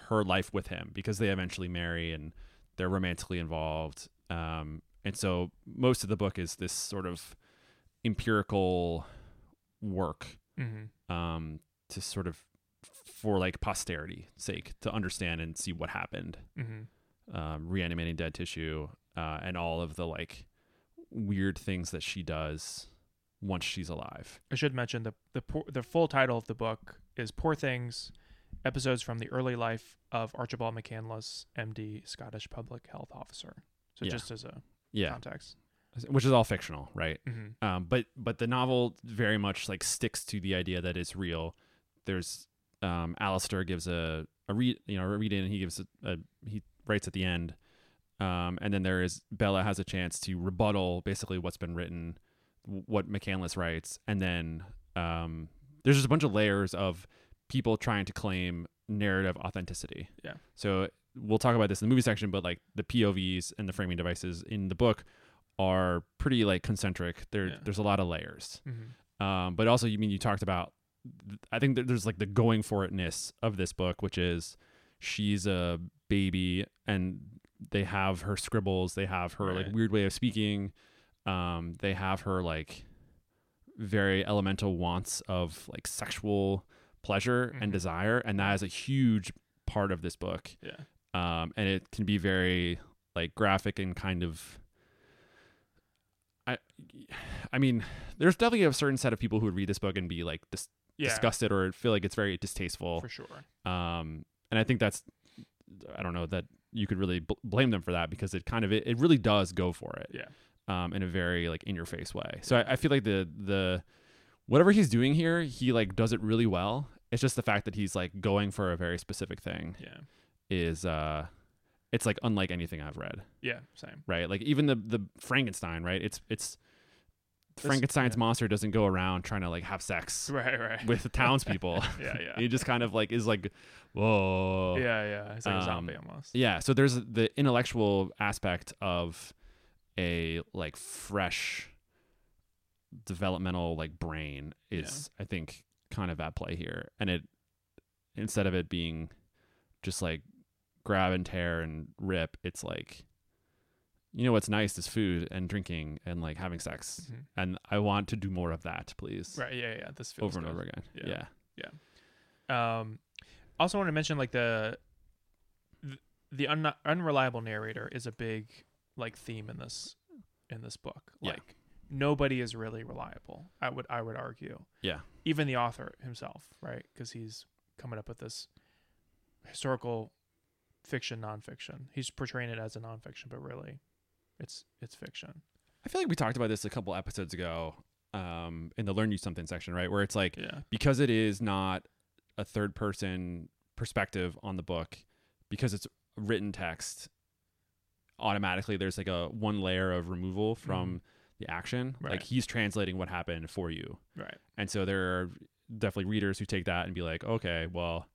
[SPEAKER 1] her life with him because they eventually marry and they're romantically involved. Um, and so most of the book is this sort of empirical work
[SPEAKER 2] Mm-hmm.
[SPEAKER 1] um, to sort of for like posterity sake to understand and see what happened
[SPEAKER 2] Mm-hmm.
[SPEAKER 1] um, reanimating dead tissue uh, and all of the like weird things that she does once she's alive
[SPEAKER 2] I should mention the the poor, the full title of the book is "Poor Things: Episodes from the Early Life of Archibald McCandless, M.D., Scottish Public Health Officer." So
[SPEAKER 1] Yeah.
[SPEAKER 2] just as a
[SPEAKER 1] yeah
[SPEAKER 2] context,
[SPEAKER 1] which is all fictional, right?
[SPEAKER 2] hmm
[SPEAKER 1] Um, but but the novel very much like sticks to the idea that it's real. There's um, Alistair gives a a read you know a read in and he gives a, a he writes at the end, um, and then there is Bella has a chance to rebuttal basically what's been written, w- what McCandless writes, and then um, there's just a bunch of layers of people trying to claim narrative authenticity.
[SPEAKER 2] Yeah.
[SPEAKER 1] So we'll talk about this in the movie section, but like the POVs and the framing devices in the book are pretty like concentric. There,
[SPEAKER 2] Yeah.
[SPEAKER 1] there's a lot of layers.
[SPEAKER 2] hmm
[SPEAKER 1] Um, but also, you mean you talked about? I think that there's like the going for itness of this book, which is she's a baby and they have her scribbles, they have her
[SPEAKER 2] Right.
[SPEAKER 1] like weird way of speaking, um, they have her like very elemental wants of like sexual pleasure
[SPEAKER 2] Mhm.
[SPEAKER 1] and desire, and that is a huge part of this book
[SPEAKER 2] Yeah.
[SPEAKER 1] um, and it can be very like graphic and kind of. I, I mean, there's definitely a certain set of people who would read this book and be like dis-
[SPEAKER 2] Yeah.
[SPEAKER 1] disgusted or feel like it's very distasteful.
[SPEAKER 2] For sure.
[SPEAKER 1] Um, and I think that's, I don't know that you could really bl- blame them for that because it kind of it, it really does go for it.
[SPEAKER 2] Yeah.
[SPEAKER 1] Um, in a very like in your face way. So I, I feel like the the whatever he's doing here, he like does it really well. It's just the fact that he's like going for a very specific thing
[SPEAKER 2] Yeah.
[SPEAKER 1] is uh it's like unlike anything I've read,
[SPEAKER 2] Yeah. Same.
[SPEAKER 1] right? Like even the the Frankenstein, right? It's it's
[SPEAKER 2] That's-
[SPEAKER 1] Frankenstein's
[SPEAKER 2] yeah.
[SPEAKER 1] monster doesn't go around trying to like have sex
[SPEAKER 2] Right. Right.
[SPEAKER 1] with townspeople.
[SPEAKER 2] yeah. Yeah.
[SPEAKER 1] he just kind of like is like, whoa,
[SPEAKER 2] Yeah. Yeah. It's like a
[SPEAKER 1] Um,
[SPEAKER 2] zombie almost.
[SPEAKER 1] yeah. So there's the intellectual aspect of a like fresh developmental like brain
[SPEAKER 2] Yeah.
[SPEAKER 1] is I think kind of at play here, and it instead of it being just like grab and tear and rip, it's like you know what's nice is food and drinking and like having sex,
[SPEAKER 2] Mhm.
[SPEAKER 1] and I want to do more of that, please,
[SPEAKER 2] Right. Yeah. Yeah. This feels
[SPEAKER 1] over and
[SPEAKER 2] good.
[SPEAKER 1] over again.
[SPEAKER 2] Yeah.
[SPEAKER 1] Yeah.
[SPEAKER 2] Um, also want to mention like the th- the un- unreliable narrator is a big like theme in this in this book.
[SPEAKER 1] Yeah.
[SPEAKER 2] Like nobody is really reliable. I would I would argue.
[SPEAKER 1] Yeah.
[SPEAKER 2] Even the author himself, right? Because he's coming up with this historical fiction nonfiction. He's portraying it as a nonfiction, but really, it's it's fiction.
[SPEAKER 1] I feel like we talked about this a couple episodes ago um, in the learn you something section, right? Where it's like
[SPEAKER 2] Yeah.
[SPEAKER 1] because it is not a third person perspective on the book because it's written text automatically there's like a one layer of removal from the action
[SPEAKER 2] Right.
[SPEAKER 1] like he's translating what happened for you
[SPEAKER 2] Right.
[SPEAKER 1] and so there are definitely readers who take that and be like okay well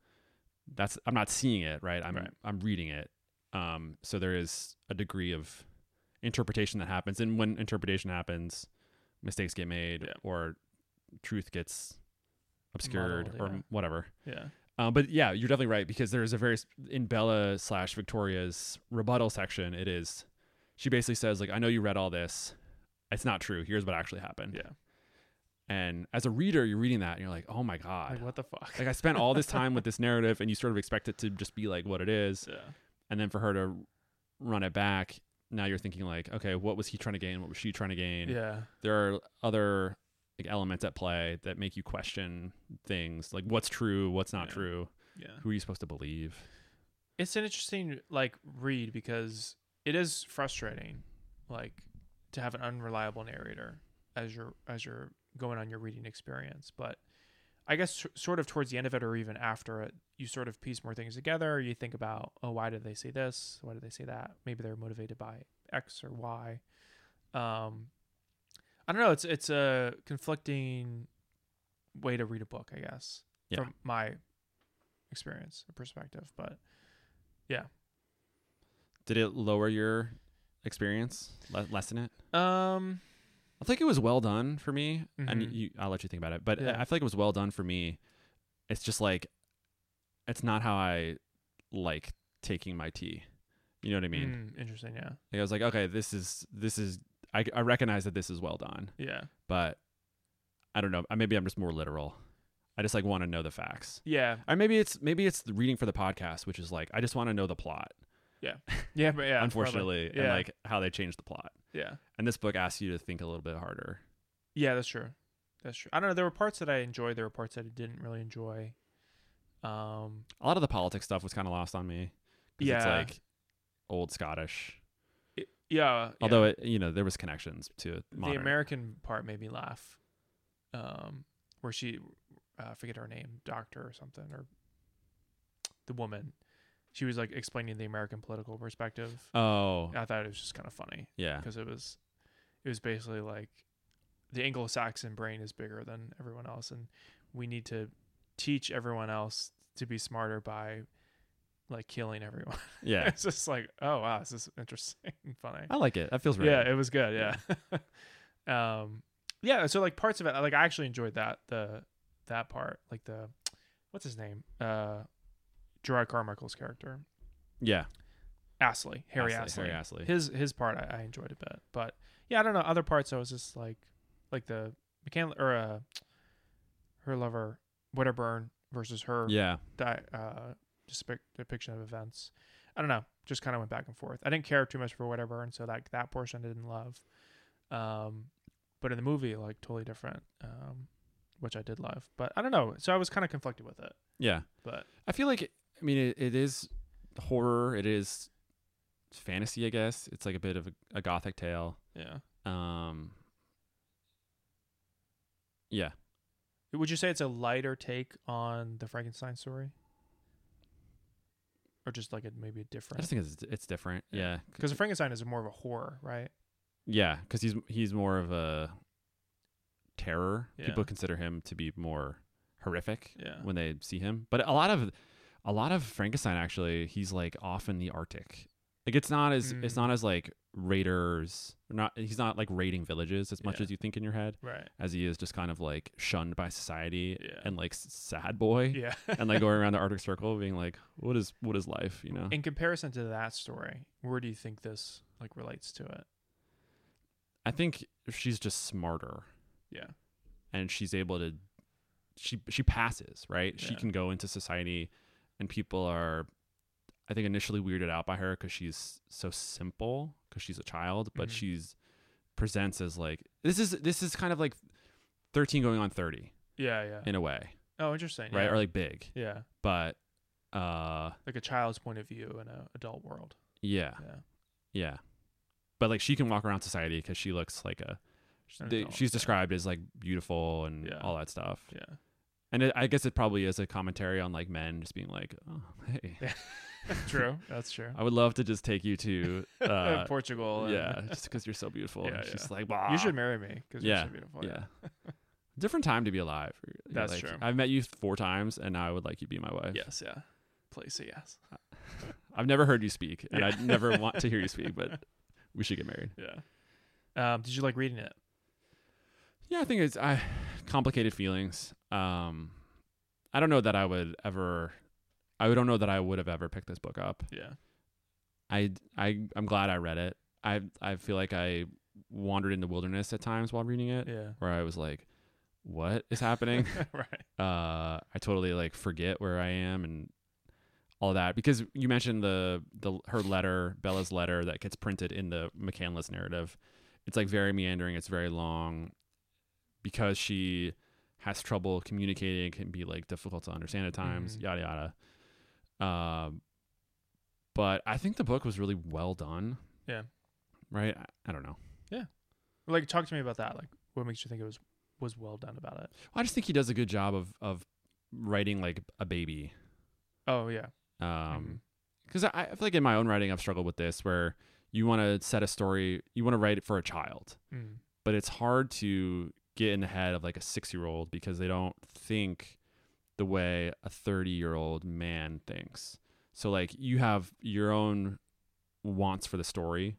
[SPEAKER 1] that's i'm not seeing it right i'm
[SPEAKER 2] Right.
[SPEAKER 1] i'm reading it um so there is a degree of interpretation that happens and when interpretation happens mistakes get made
[SPEAKER 2] Yeah.
[SPEAKER 1] or truth gets obscured
[SPEAKER 2] Muddled,
[SPEAKER 1] or
[SPEAKER 2] yeah.
[SPEAKER 1] whatever
[SPEAKER 2] Yeah.
[SPEAKER 1] um, but yeah, you're definitely right because there's a very s- in Bella slash Victoria's rebuttal section. It is she basically says like, "I know you read all this. It's not true. Here's what actually happened."
[SPEAKER 2] Yeah.
[SPEAKER 1] And as a reader, you're reading that and you're like, "Oh my god!"
[SPEAKER 2] Like what the fuck?
[SPEAKER 1] Like I spent all this time with this narrative, and you sort of expect it to just be like what it is,
[SPEAKER 2] yeah.
[SPEAKER 1] and then for her to run it back, now you're thinking like, "Okay, what was he trying to gain? What was she trying to gain?"
[SPEAKER 2] Yeah.
[SPEAKER 1] there are other like elements at play that make you question things like what's true, what's not
[SPEAKER 2] Yeah.
[SPEAKER 1] true
[SPEAKER 2] Yeah.
[SPEAKER 1] who are you supposed to believe?
[SPEAKER 2] it's an interesting like read because it is frustrating like to have an unreliable narrator as you're as you're going on your reading experience but i guess s- sort of towards the end of it or even after it you sort of piece more things together you think about oh why did they say this why did they say that maybe they're motivated by x or y um i don't know it's it's a conflicting way to read a book i guess
[SPEAKER 1] Yeah.
[SPEAKER 2] from my experience or perspective but
[SPEAKER 1] Did it lower your experience, le- lessen it?
[SPEAKER 2] Um,
[SPEAKER 1] I think it was well done for me,
[SPEAKER 2] Mhm.
[SPEAKER 1] and you, I'll let you think about it. But I-
[SPEAKER 2] Yeah.
[SPEAKER 1] I feel like it was well done for me. It's just like, it's not how I like taking my tea. You know what I mean?
[SPEAKER 2] mm, interesting. Yeah,
[SPEAKER 1] Like I was like, okay, this is this is. I, I recognize that this is well done,
[SPEAKER 2] yeah,
[SPEAKER 1] but I don't know. I- Maybe I'm just more literal. I just like want to know the facts.
[SPEAKER 2] yeah,
[SPEAKER 1] Or maybe it's maybe it's the reading for the podcast, which is like I just want to know the plot.
[SPEAKER 2] yeah. But yeah, probably.
[SPEAKER 1] unfortunately, and
[SPEAKER 2] Yeah.
[SPEAKER 1] like how they changed the plot.
[SPEAKER 2] yeah,
[SPEAKER 1] And this book asks you to think a little bit harder.
[SPEAKER 2] yeah. That's true. That's true. I don't know. There were parts that I enjoyed. There were parts that I didn't really enjoy. Um,
[SPEAKER 1] A lot of the politics stuff was kind of lost on me. 'cause
[SPEAKER 2] Yeah.
[SPEAKER 1] It's like old Scottish.
[SPEAKER 2] it, yeah.
[SPEAKER 1] Although it, you know, there was connections to
[SPEAKER 2] the
[SPEAKER 1] modern.
[SPEAKER 2] American part made me laugh, um, where she, uh, I forget her name, doctor or something, or the woman, she was like explaining the American political perspective.
[SPEAKER 1] oh,
[SPEAKER 2] I thought it was just kind of funny
[SPEAKER 1] yeah,
[SPEAKER 2] because it was, it was basically like, the Anglo-Saxon brain is bigger than everyone else, and we need to teach everyone else to be smarter by, like, killing everyone.
[SPEAKER 1] yeah.
[SPEAKER 2] it's just like, oh wow, this is interesting and funny.
[SPEAKER 1] I like it. That feels right.
[SPEAKER 2] Yeah, it was good. Yeah. um, yeah. So like parts of it, like I actually enjoyed that the that part, like the what's his name, uh, Gerard Carmichael's character,
[SPEAKER 1] yeah.
[SPEAKER 2] Astley, Harry Astley.
[SPEAKER 1] Harry Astley.
[SPEAKER 2] His his part I, I enjoyed a bit, but yeah, I don't know. Other parts I was just like, like the McCann or uh, her lover Wedderburn versus her
[SPEAKER 1] yeah.
[SPEAKER 2] di- uh, despic- depiction of events. I don't know. Just kind of went back and forth. I didn't care too much for whatever, and so like that portion I didn't love. Um, but in the movie, like totally different, um, which I did love. But I don't know. So I was kind of conflicted with it.
[SPEAKER 1] Yeah.
[SPEAKER 2] But
[SPEAKER 1] I feel like I mean it, it is horror. It is fantasy, I guess. It's like a bit of a, a gothic tale.
[SPEAKER 2] yeah,
[SPEAKER 1] Um. Yeah.
[SPEAKER 2] would you say it's a lighter take on the Frankenstein story, or just like a, maybe a
[SPEAKER 1] I just
[SPEAKER 2] different?
[SPEAKER 1] think it's it's different. Yeah.
[SPEAKER 2] Yeah. Because Frankenstein is more of a horror, right?
[SPEAKER 1] Yeah, because he's he's more of a terror.
[SPEAKER 2] Yeah.
[SPEAKER 1] People consider him to be more horrific
[SPEAKER 2] Yeah.
[SPEAKER 1] when they see him. But a lot of a lot of Frankenstein actually, he's like off in the Arctic. Like it's not as it's
[SPEAKER 2] Mm.
[SPEAKER 1] not as like raiders. Not he's not like raiding villages as much
[SPEAKER 2] Yeah.
[SPEAKER 1] as you think in your head.
[SPEAKER 2] Right.
[SPEAKER 1] As he is just kind of like shunned by society
[SPEAKER 2] Yeah.
[SPEAKER 1] and like s- sad boy
[SPEAKER 2] Yeah.
[SPEAKER 1] and like going around the Arctic Circle being like, what is what is life? You know.
[SPEAKER 2] in comparison to that story, where do you think this like relates to it?
[SPEAKER 1] I think she's just smarter.
[SPEAKER 2] Yeah.
[SPEAKER 1] and she's able to she she passes right she
[SPEAKER 2] Yeah.
[SPEAKER 1] can go into society and people are i think initially weirded out by her because she's so simple because she's a child but
[SPEAKER 2] Mhm.
[SPEAKER 1] she's presents as like this is this is kind of like 13 going on 30
[SPEAKER 2] Yeah, yeah.
[SPEAKER 1] in a way
[SPEAKER 2] oh, interesting.
[SPEAKER 1] right
[SPEAKER 2] yeah.
[SPEAKER 1] or like big
[SPEAKER 2] yeah,
[SPEAKER 1] but uh
[SPEAKER 2] like a child's point of view in an adult world.
[SPEAKER 1] yeah
[SPEAKER 2] Yeah,
[SPEAKER 1] yeah but like she can walk around society because she looks like a
[SPEAKER 2] An
[SPEAKER 1] they,
[SPEAKER 2] adult,
[SPEAKER 1] she's
[SPEAKER 2] yeah.
[SPEAKER 1] described as like beautiful and
[SPEAKER 2] Yeah.
[SPEAKER 1] all that stuff
[SPEAKER 2] yeah.
[SPEAKER 1] And it, I guess it probably is a commentary on like men just being like, oh, hey,
[SPEAKER 2] True. That's true.
[SPEAKER 1] I would love to just take you to, uh,
[SPEAKER 2] Portugal. and-
[SPEAKER 1] yeah, just because you're so beautiful.
[SPEAKER 2] Yeah,
[SPEAKER 1] and she's
[SPEAKER 2] yeah.
[SPEAKER 1] like, bah.
[SPEAKER 2] you should marry me because
[SPEAKER 1] Yeah,
[SPEAKER 2] you're so beautiful.
[SPEAKER 1] yeah. Different time to be alive. You know,
[SPEAKER 2] That's
[SPEAKER 1] like,
[SPEAKER 2] true.
[SPEAKER 1] I've met you four times, and I would like you to be my wife.
[SPEAKER 2] Yes. Yeah. Please say yes.
[SPEAKER 1] I've never heard you speak, and
[SPEAKER 2] Yeah.
[SPEAKER 1] I'd never want to hear you speak, but we should get married.
[SPEAKER 2] Yeah. Um, did you like reading it?
[SPEAKER 1] Yeah, I think it's I complicated feelings. Um, I don't know that I would ever. I don't know that I would have ever picked this book up.
[SPEAKER 2] Yeah.
[SPEAKER 1] I I I'm glad I read it. I I feel like I wandered in the wilderness at times while reading it,
[SPEAKER 2] Yeah.
[SPEAKER 1] where I was like, "What is happening?"
[SPEAKER 2] right.
[SPEAKER 1] uh, I totally like forget where I am and all that because you mentioned the the her letter, Bella's letter that gets printed in the McCandless narrative. It's like very meandering. It's very long because she has trouble communicating. It can be like difficult to understand at times.
[SPEAKER 2] Mhm.
[SPEAKER 1] Yada yada. Um, but I think the book was really well done.
[SPEAKER 2] Yeah.
[SPEAKER 1] Right. I, I don't know.
[SPEAKER 2] Like, talk to me about that. Like, what makes you think it was was well done about it?
[SPEAKER 1] I just think he does a good job of of writing like a baby.
[SPEAKER 2] Oh yeah.
[SPEAKER 1] um because I, I feel like in my own writing i've struggled with this where you want to set a story you want to write it for a child
[SPEAKER 2] Mm.
[SPEAKER 1] but it's hard to get in the head of like a six year old because they don't think the way a 30 year old man thinks so like you have your own wants for the story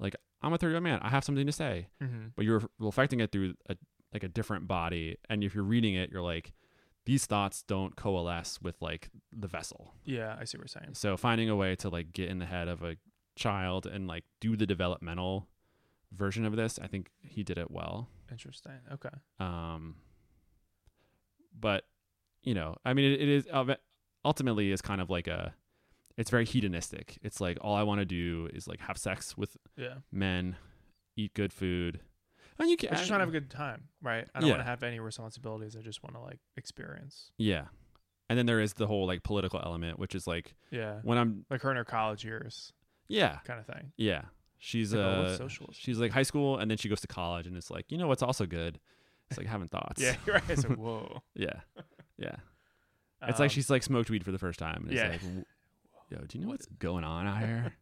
[SPEAKER 1] like i'm a 30 year old man i have something to say
[SPEAKER 2] Mm-hmm.
[SPEAKER 1] but you're reflecting it through a like a different body and if you're reading it you're like these thoughts don't coalesce with like the vessel
[SPEAKER 2] Yeah, I see what you're saying.
[SPEAKER 1] so finding a way to like get in the head of a child and like do the developmental version of this, I think he did it well.
[SPEAKER 2] Interesting. Okay.
[SPEAKER 1] Um, but you know, I mean, it, it is of- ultimately is kind of like a, it's very hedonistic. It's like all I want to do is like have sex with
[SPEAKER 2] Yeah.
[SPEAKER 1] men, eat good food, and you can.
[SPEAKER 2] I just want to have a good time, right? I don't want
[SPEAKER 1] Yeah.
[SPEAKER 2] to have any responsibilities. I just want to like experience.
[SPEAKER 1] yeah. And then there is the whole like political element, which is like
[SPEAKER 2] Yeah.
[SPEAKER 1] when I'm
[SPEAKER 2] Like her in her college years,
[SPEAKER 1] yeah
[SPEAKER 2] kind of thing.
[SPEAKER 1] yeah She's
[SPEAKER 2] Like, oh,
[SPEAKER 1] uh,
[SPEAKER 2] what's socialist?
[SPEAKER 1] she's like high school, and then she goes to college, and it's like, you know what's also good? It's like having thoughts.
[SPEAKER 2] Yeah, you're right. It's like, whoa.
[SPEAKER 1] yeah, yeah. It's like
[SPEAKER 2] Um,
[SPEAKER 1] she's like smoked weed for the first time. And it's
[SPEAKER 2] yeah.
[SPEAKER 1] like, w- yo, do you know what's going on out here?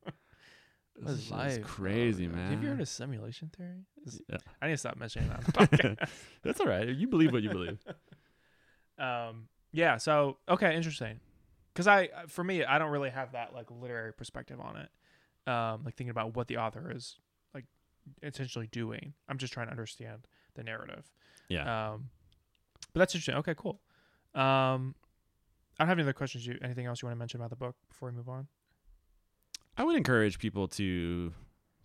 [SPEAKER 2] What is
[SPEAKER 1] shit
[SPEAKER 2] life? bro?
[SPEAKER 1] crazy,
[SPEAKER 2] Like,
[SPEAKER 1] man.
[SPEAKER 2] Have you heard of simulation theory? This-
[SPEAKER 1] Yeah.
[SPEAKER 2] I need to stop mentioning that. on the podcast.
[SPEAKER 1] That's all right. You believe what you believe.
[SPEAKER 2] um, yeah. So okay, interesting. Because I, uh, for me, I don't really have that like literary perspective on it. Um, like thinking about what the author is like intentionally doing. I'm just trying to understand the narrative.
[SPEAKER 1] Yeah.
[SPEAKER 2] Um, but that's interesting. Okay, cool. Um, I don't have any other questions. You anything else you want to mention about the book before we move on?
[SPEAKER 1] I would encourage people to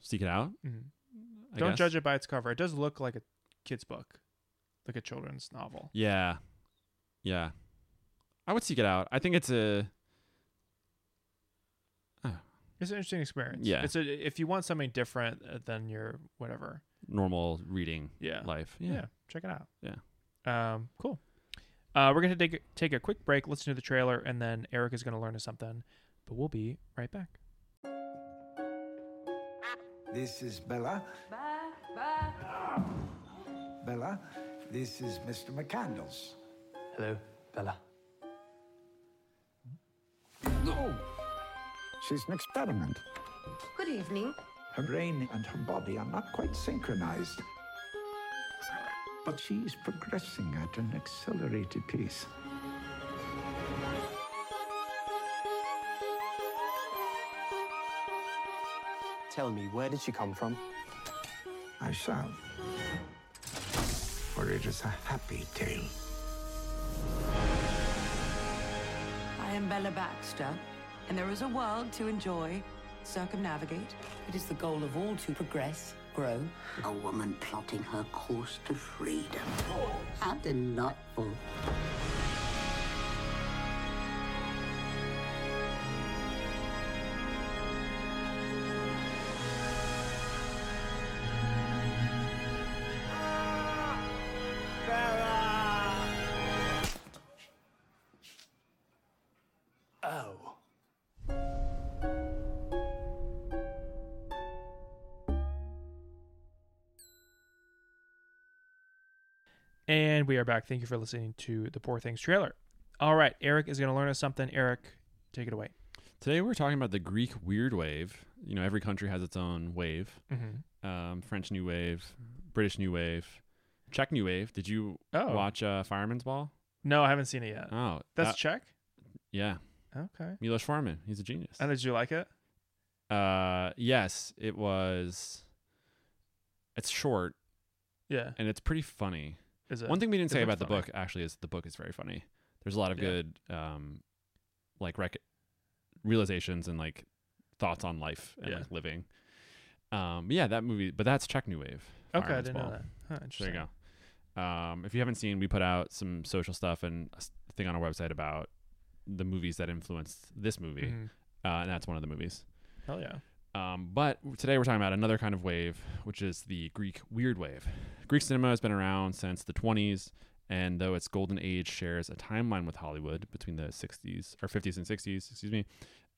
[SPEAKER 1] seek it out.
[SPEAKER 2] Mm-hmm.
[SPEAKER 1] I
[SPEAKER 2] Don't
[SPEAKER 1] guess.
[SPEAKER 2] judge it by its cover. It does look like a kid's book, like a children's novel.
[SPEAKER 1] Yeah. Yeah. I would seek it out. I think it's a
[SPEAKER 2] It's an interesting experience.
[SPEAKER 1] Yeah.
[SPEAKER 2] It's a, if you want something different uh, than your whatever.
[SPEAKER 1] normal reading
[SPEAKER 2] Yeah.
[SPEAKER 1] life.
[SPEAKER 2] yeah.
[SPEAKER 1] Yeah.
[SPEAKER 2] Check it out. Yeah. Um, cool. Uh, we're going to take, take a quick break, listen to the trailer, and then Eric is going to learn us something. But we'll be right back.
[SPEAKER 3] This is Bella.
[SPEAKER 4] Bye, bye.
[SPEAKER 3] Bella, this is Mr. McCandles.
[SPEAKER 5] Hello, Bella.
[SPEAKER 3] No! She's an experiment.
[SPEAKER 4] Good evening.
[SPEAKER 3] Her brain and her body are not quite synchronized. But she is progressing at an accelerated pace.
[SPEAKER 5] Tell me, where did she come from?
[SPEAKER 3] I shall. For it is a happy tale.
[SPEAKER 4] I am Bella Baxter, and there is a world to enjoy, circumnavigate. It is the goal of all to progress, grow.
[SPEAKER 6] A woman plotting her course to freedom. How delightful.
[SPEAKER 5] Oh.
[SPEAKER 2] And we are back. Thank you for listening to the Poor Things trailer. All right. Eric is going to learn us something. Eric, take it away.
[SPEAKER 1] Today we're talking about the Greek weird wave. You know, every country has its own wave.
[SPEAKER 2] Mm-hmm.
[SPEAKER 1] Um, French New Wave, British New Wave, Czech New Wave. Did you
[SPEAKER 2] Oh.
[SPEAKER 1] watch uh, Fireman's Ball?
[SPEAKER 2] No, I haven't seen it yet.
[SPEAKER 1] Oh,
[SPEAKER 2] That's
[SPEAKER 1] that-
[SPEAKER 2] Czech.
[SPEAKER 1] yeah.
[SPEAKER 2] Okay.
[SPEAKER 1] Milos Forman. He's a genius.
[SPEAKER 2] And Oh, did you like it?
[SPEAKER 1] Uh, yes, it was. It's short
[SPEAKER 2] Yeah.
[SPEAKER 1] and it's pretty funny.
[SPEAKER 2] Is it?
[SPEAKER 1] One thing we didn't
[SPEAKER 2] it
[SPEAKER 1] say
[SPEAKER 2] looked
[SPEAKER 1] about the
[SPEAKER 2] funny.
[SPEAKER 1] book actually is the book is very funny. There's a lot of
[SPEAKER 2] Yeah.
[SPEAKER 1] good, um, like rec- realizations and like thoughts on life and
[SPEAKER 2] Yeah.
[SPEAKER 1] like living. Um, yeah, that movie, but that's Czech New Wave.
[SPEAKER 2] Okay, I
[SPEAKER 1] Fireman's
[SPEAKER 2] didn't
[SPEAKER 1] Ball.
[SPEAKER 2] know that. Huh,
[SPEAKER 1] There
[SPEAKER 2] interesting.
[SPEAKER 1] you go. Um, if you haven't seen, we put out some social stuff and a s- thing on our website about the movies that influenced this movie,
[SPEAKER 2] Mhm.
[SPEAKER 1] uh, and that's one of the movies.
[SPEAKER 2] Hell yeah.
[SPEAKER 1] Um, but today we're talking about another kind of wave, which is the Greek weird wave. Greek cinema has been around since the 20s, and though its golden age shares a timeline with Hollywood between the 60s or 50s and 60s, excuse me,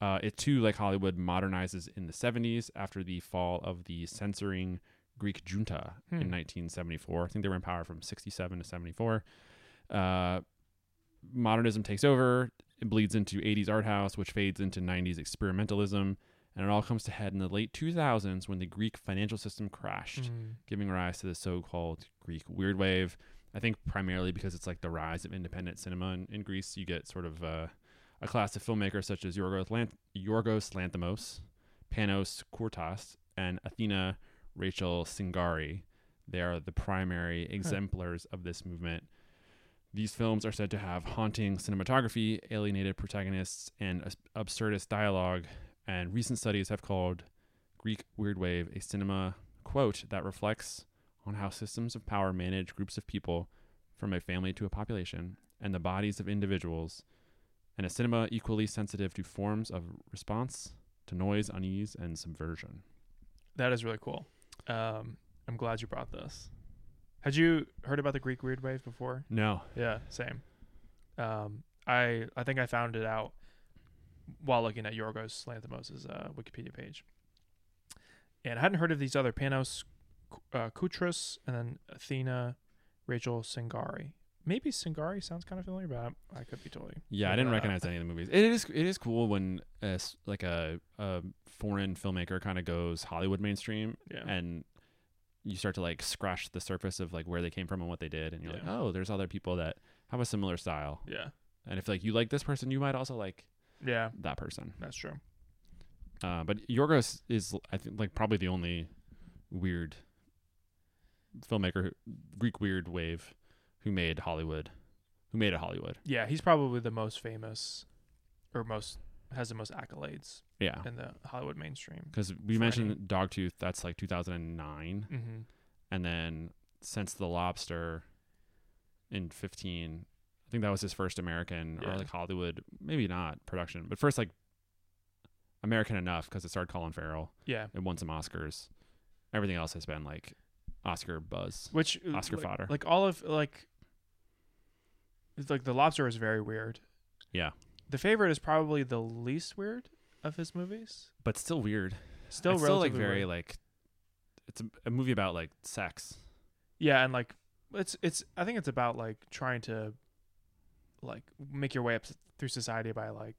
[SPEAKER 1] uh, it too, like Hollywood, modernizes in the 70s after the fall of the censoring Greek junta in 1974. I think they were in power from 67 to 74. Uh, modernism takes over. It bleeds into 80s art house, which fades into 90s experimentalism. And it all comes to head in the late 2000s when the Greek financial system crashed, giving rise to the so called Greek weird wave. I think primarily because it's like the rise of independent cinema in, in Greece. You get sort of uh, a class of filmmakers such as Yorgos, Lant- Yorgos Lanthimos, Panos Kourtas, and Athena Rachel Singari. They are the primary exemplars of this movement. These films are said to have haunting cinematography, alienated protagonists, and as- absurdist dialogue. And recent studies have called Greek Weird Wave a cinema, quote, that reflects on how systems of power manage groups of people from a family to a population and the bodies of individuals, and a cinema equally sensitive to forms of response to noise, unease, and subversion.
[SPEAKER 2] That is really cool. Um, I'm glad you brought this. Had you heard about the Greek weird wave before?
[SPEAKER 1] No.
[SPEAKER 2] Yeah, same. Um, I I think I found it out while looking at Yorgos Lanthimos' uh, Wikipedia page, And I hadn't heard of these other Panos uh, Kutras and then Athena Rachel Singari. Maybe Singari sounds kind of familiar, but I'm- I could be totally.
[SPEAKER 1] Yeah, I didn't
[SPEAKER 2] making that up.
[SPEAKER 1] recognize any of the movies. It is it is cool when a s like a, a foreign filmmaker kind of goes Hollywood mainstream
[SPEAKER 2] Yeah.
[SPEAKER 1] and you start to like scratch the surface of like where they came from and what they did and you're like,
[SPEAKER 2] Yeah.
[SPEAKER 1] "Oh, there's other people that have a similar style."
[SPEAKER 2] Yeah.
[SPEAKER 1] And if like you like this person, you might also like
[SPEAKER 2] Yeah.
[SPEAKER 1] that person.
[SPEAKER 2] That's true.
[SPEAKER 1] Uh, but Yorgos is I think like probably the only weird filmmaker who, Greek weird wave who made Hollywood who made it Hollywood.
[SPEAKER 2] Yeah, he's probably the most famous or most has the most accolades
[SPEAKER 1] Yeah.
[SPEAKER 2] in the Hollywood mainstream.
[SPEAKER 1] Because we
[SPEAKER 2] For
[SPEAKER 1] mentioned
[SPEAKER 2] any-
[SPEAKER 1] Dogtooth, that's like 2009.
[SPEAKER 2] hmm
[SPEAKER 1] and then since the lobster in 15 i think that was his first american
[SPEAKER 2] Yeah.
[SPEAKER 1] or like hollywood maybe not production but first like american enough because it starred colin farrell
[SPEAKER 2] Yeah.
[SPEAKER 1] it won some oscars everything else has been like oscar buzz
[SPEAKER 2] Which uh,
[SPEAKER 1] Oscar
[SPEAKER 2] like,
[SPEAKER 1] fodder.
[SPEAKER 2] Like all of like it's like the lobster is very weird.
[SPEAKER 1] yeah
[SPEAKER 2] The favorite is probably the least weird of his movies.
[SPEAKER 1] but still weird
[SPEAKER 2] Still,
[SPEAKER 1] it's still like
[SPEAKER 2] relatively
[SPEAKER 1] very
[SPEAKER 2] weird.
[SPEAKER 1] like it's a, a movie about like sex
[SPEAKER 2] yeah, and like it's it's I think it's about like trying to like make your way up s- through society by like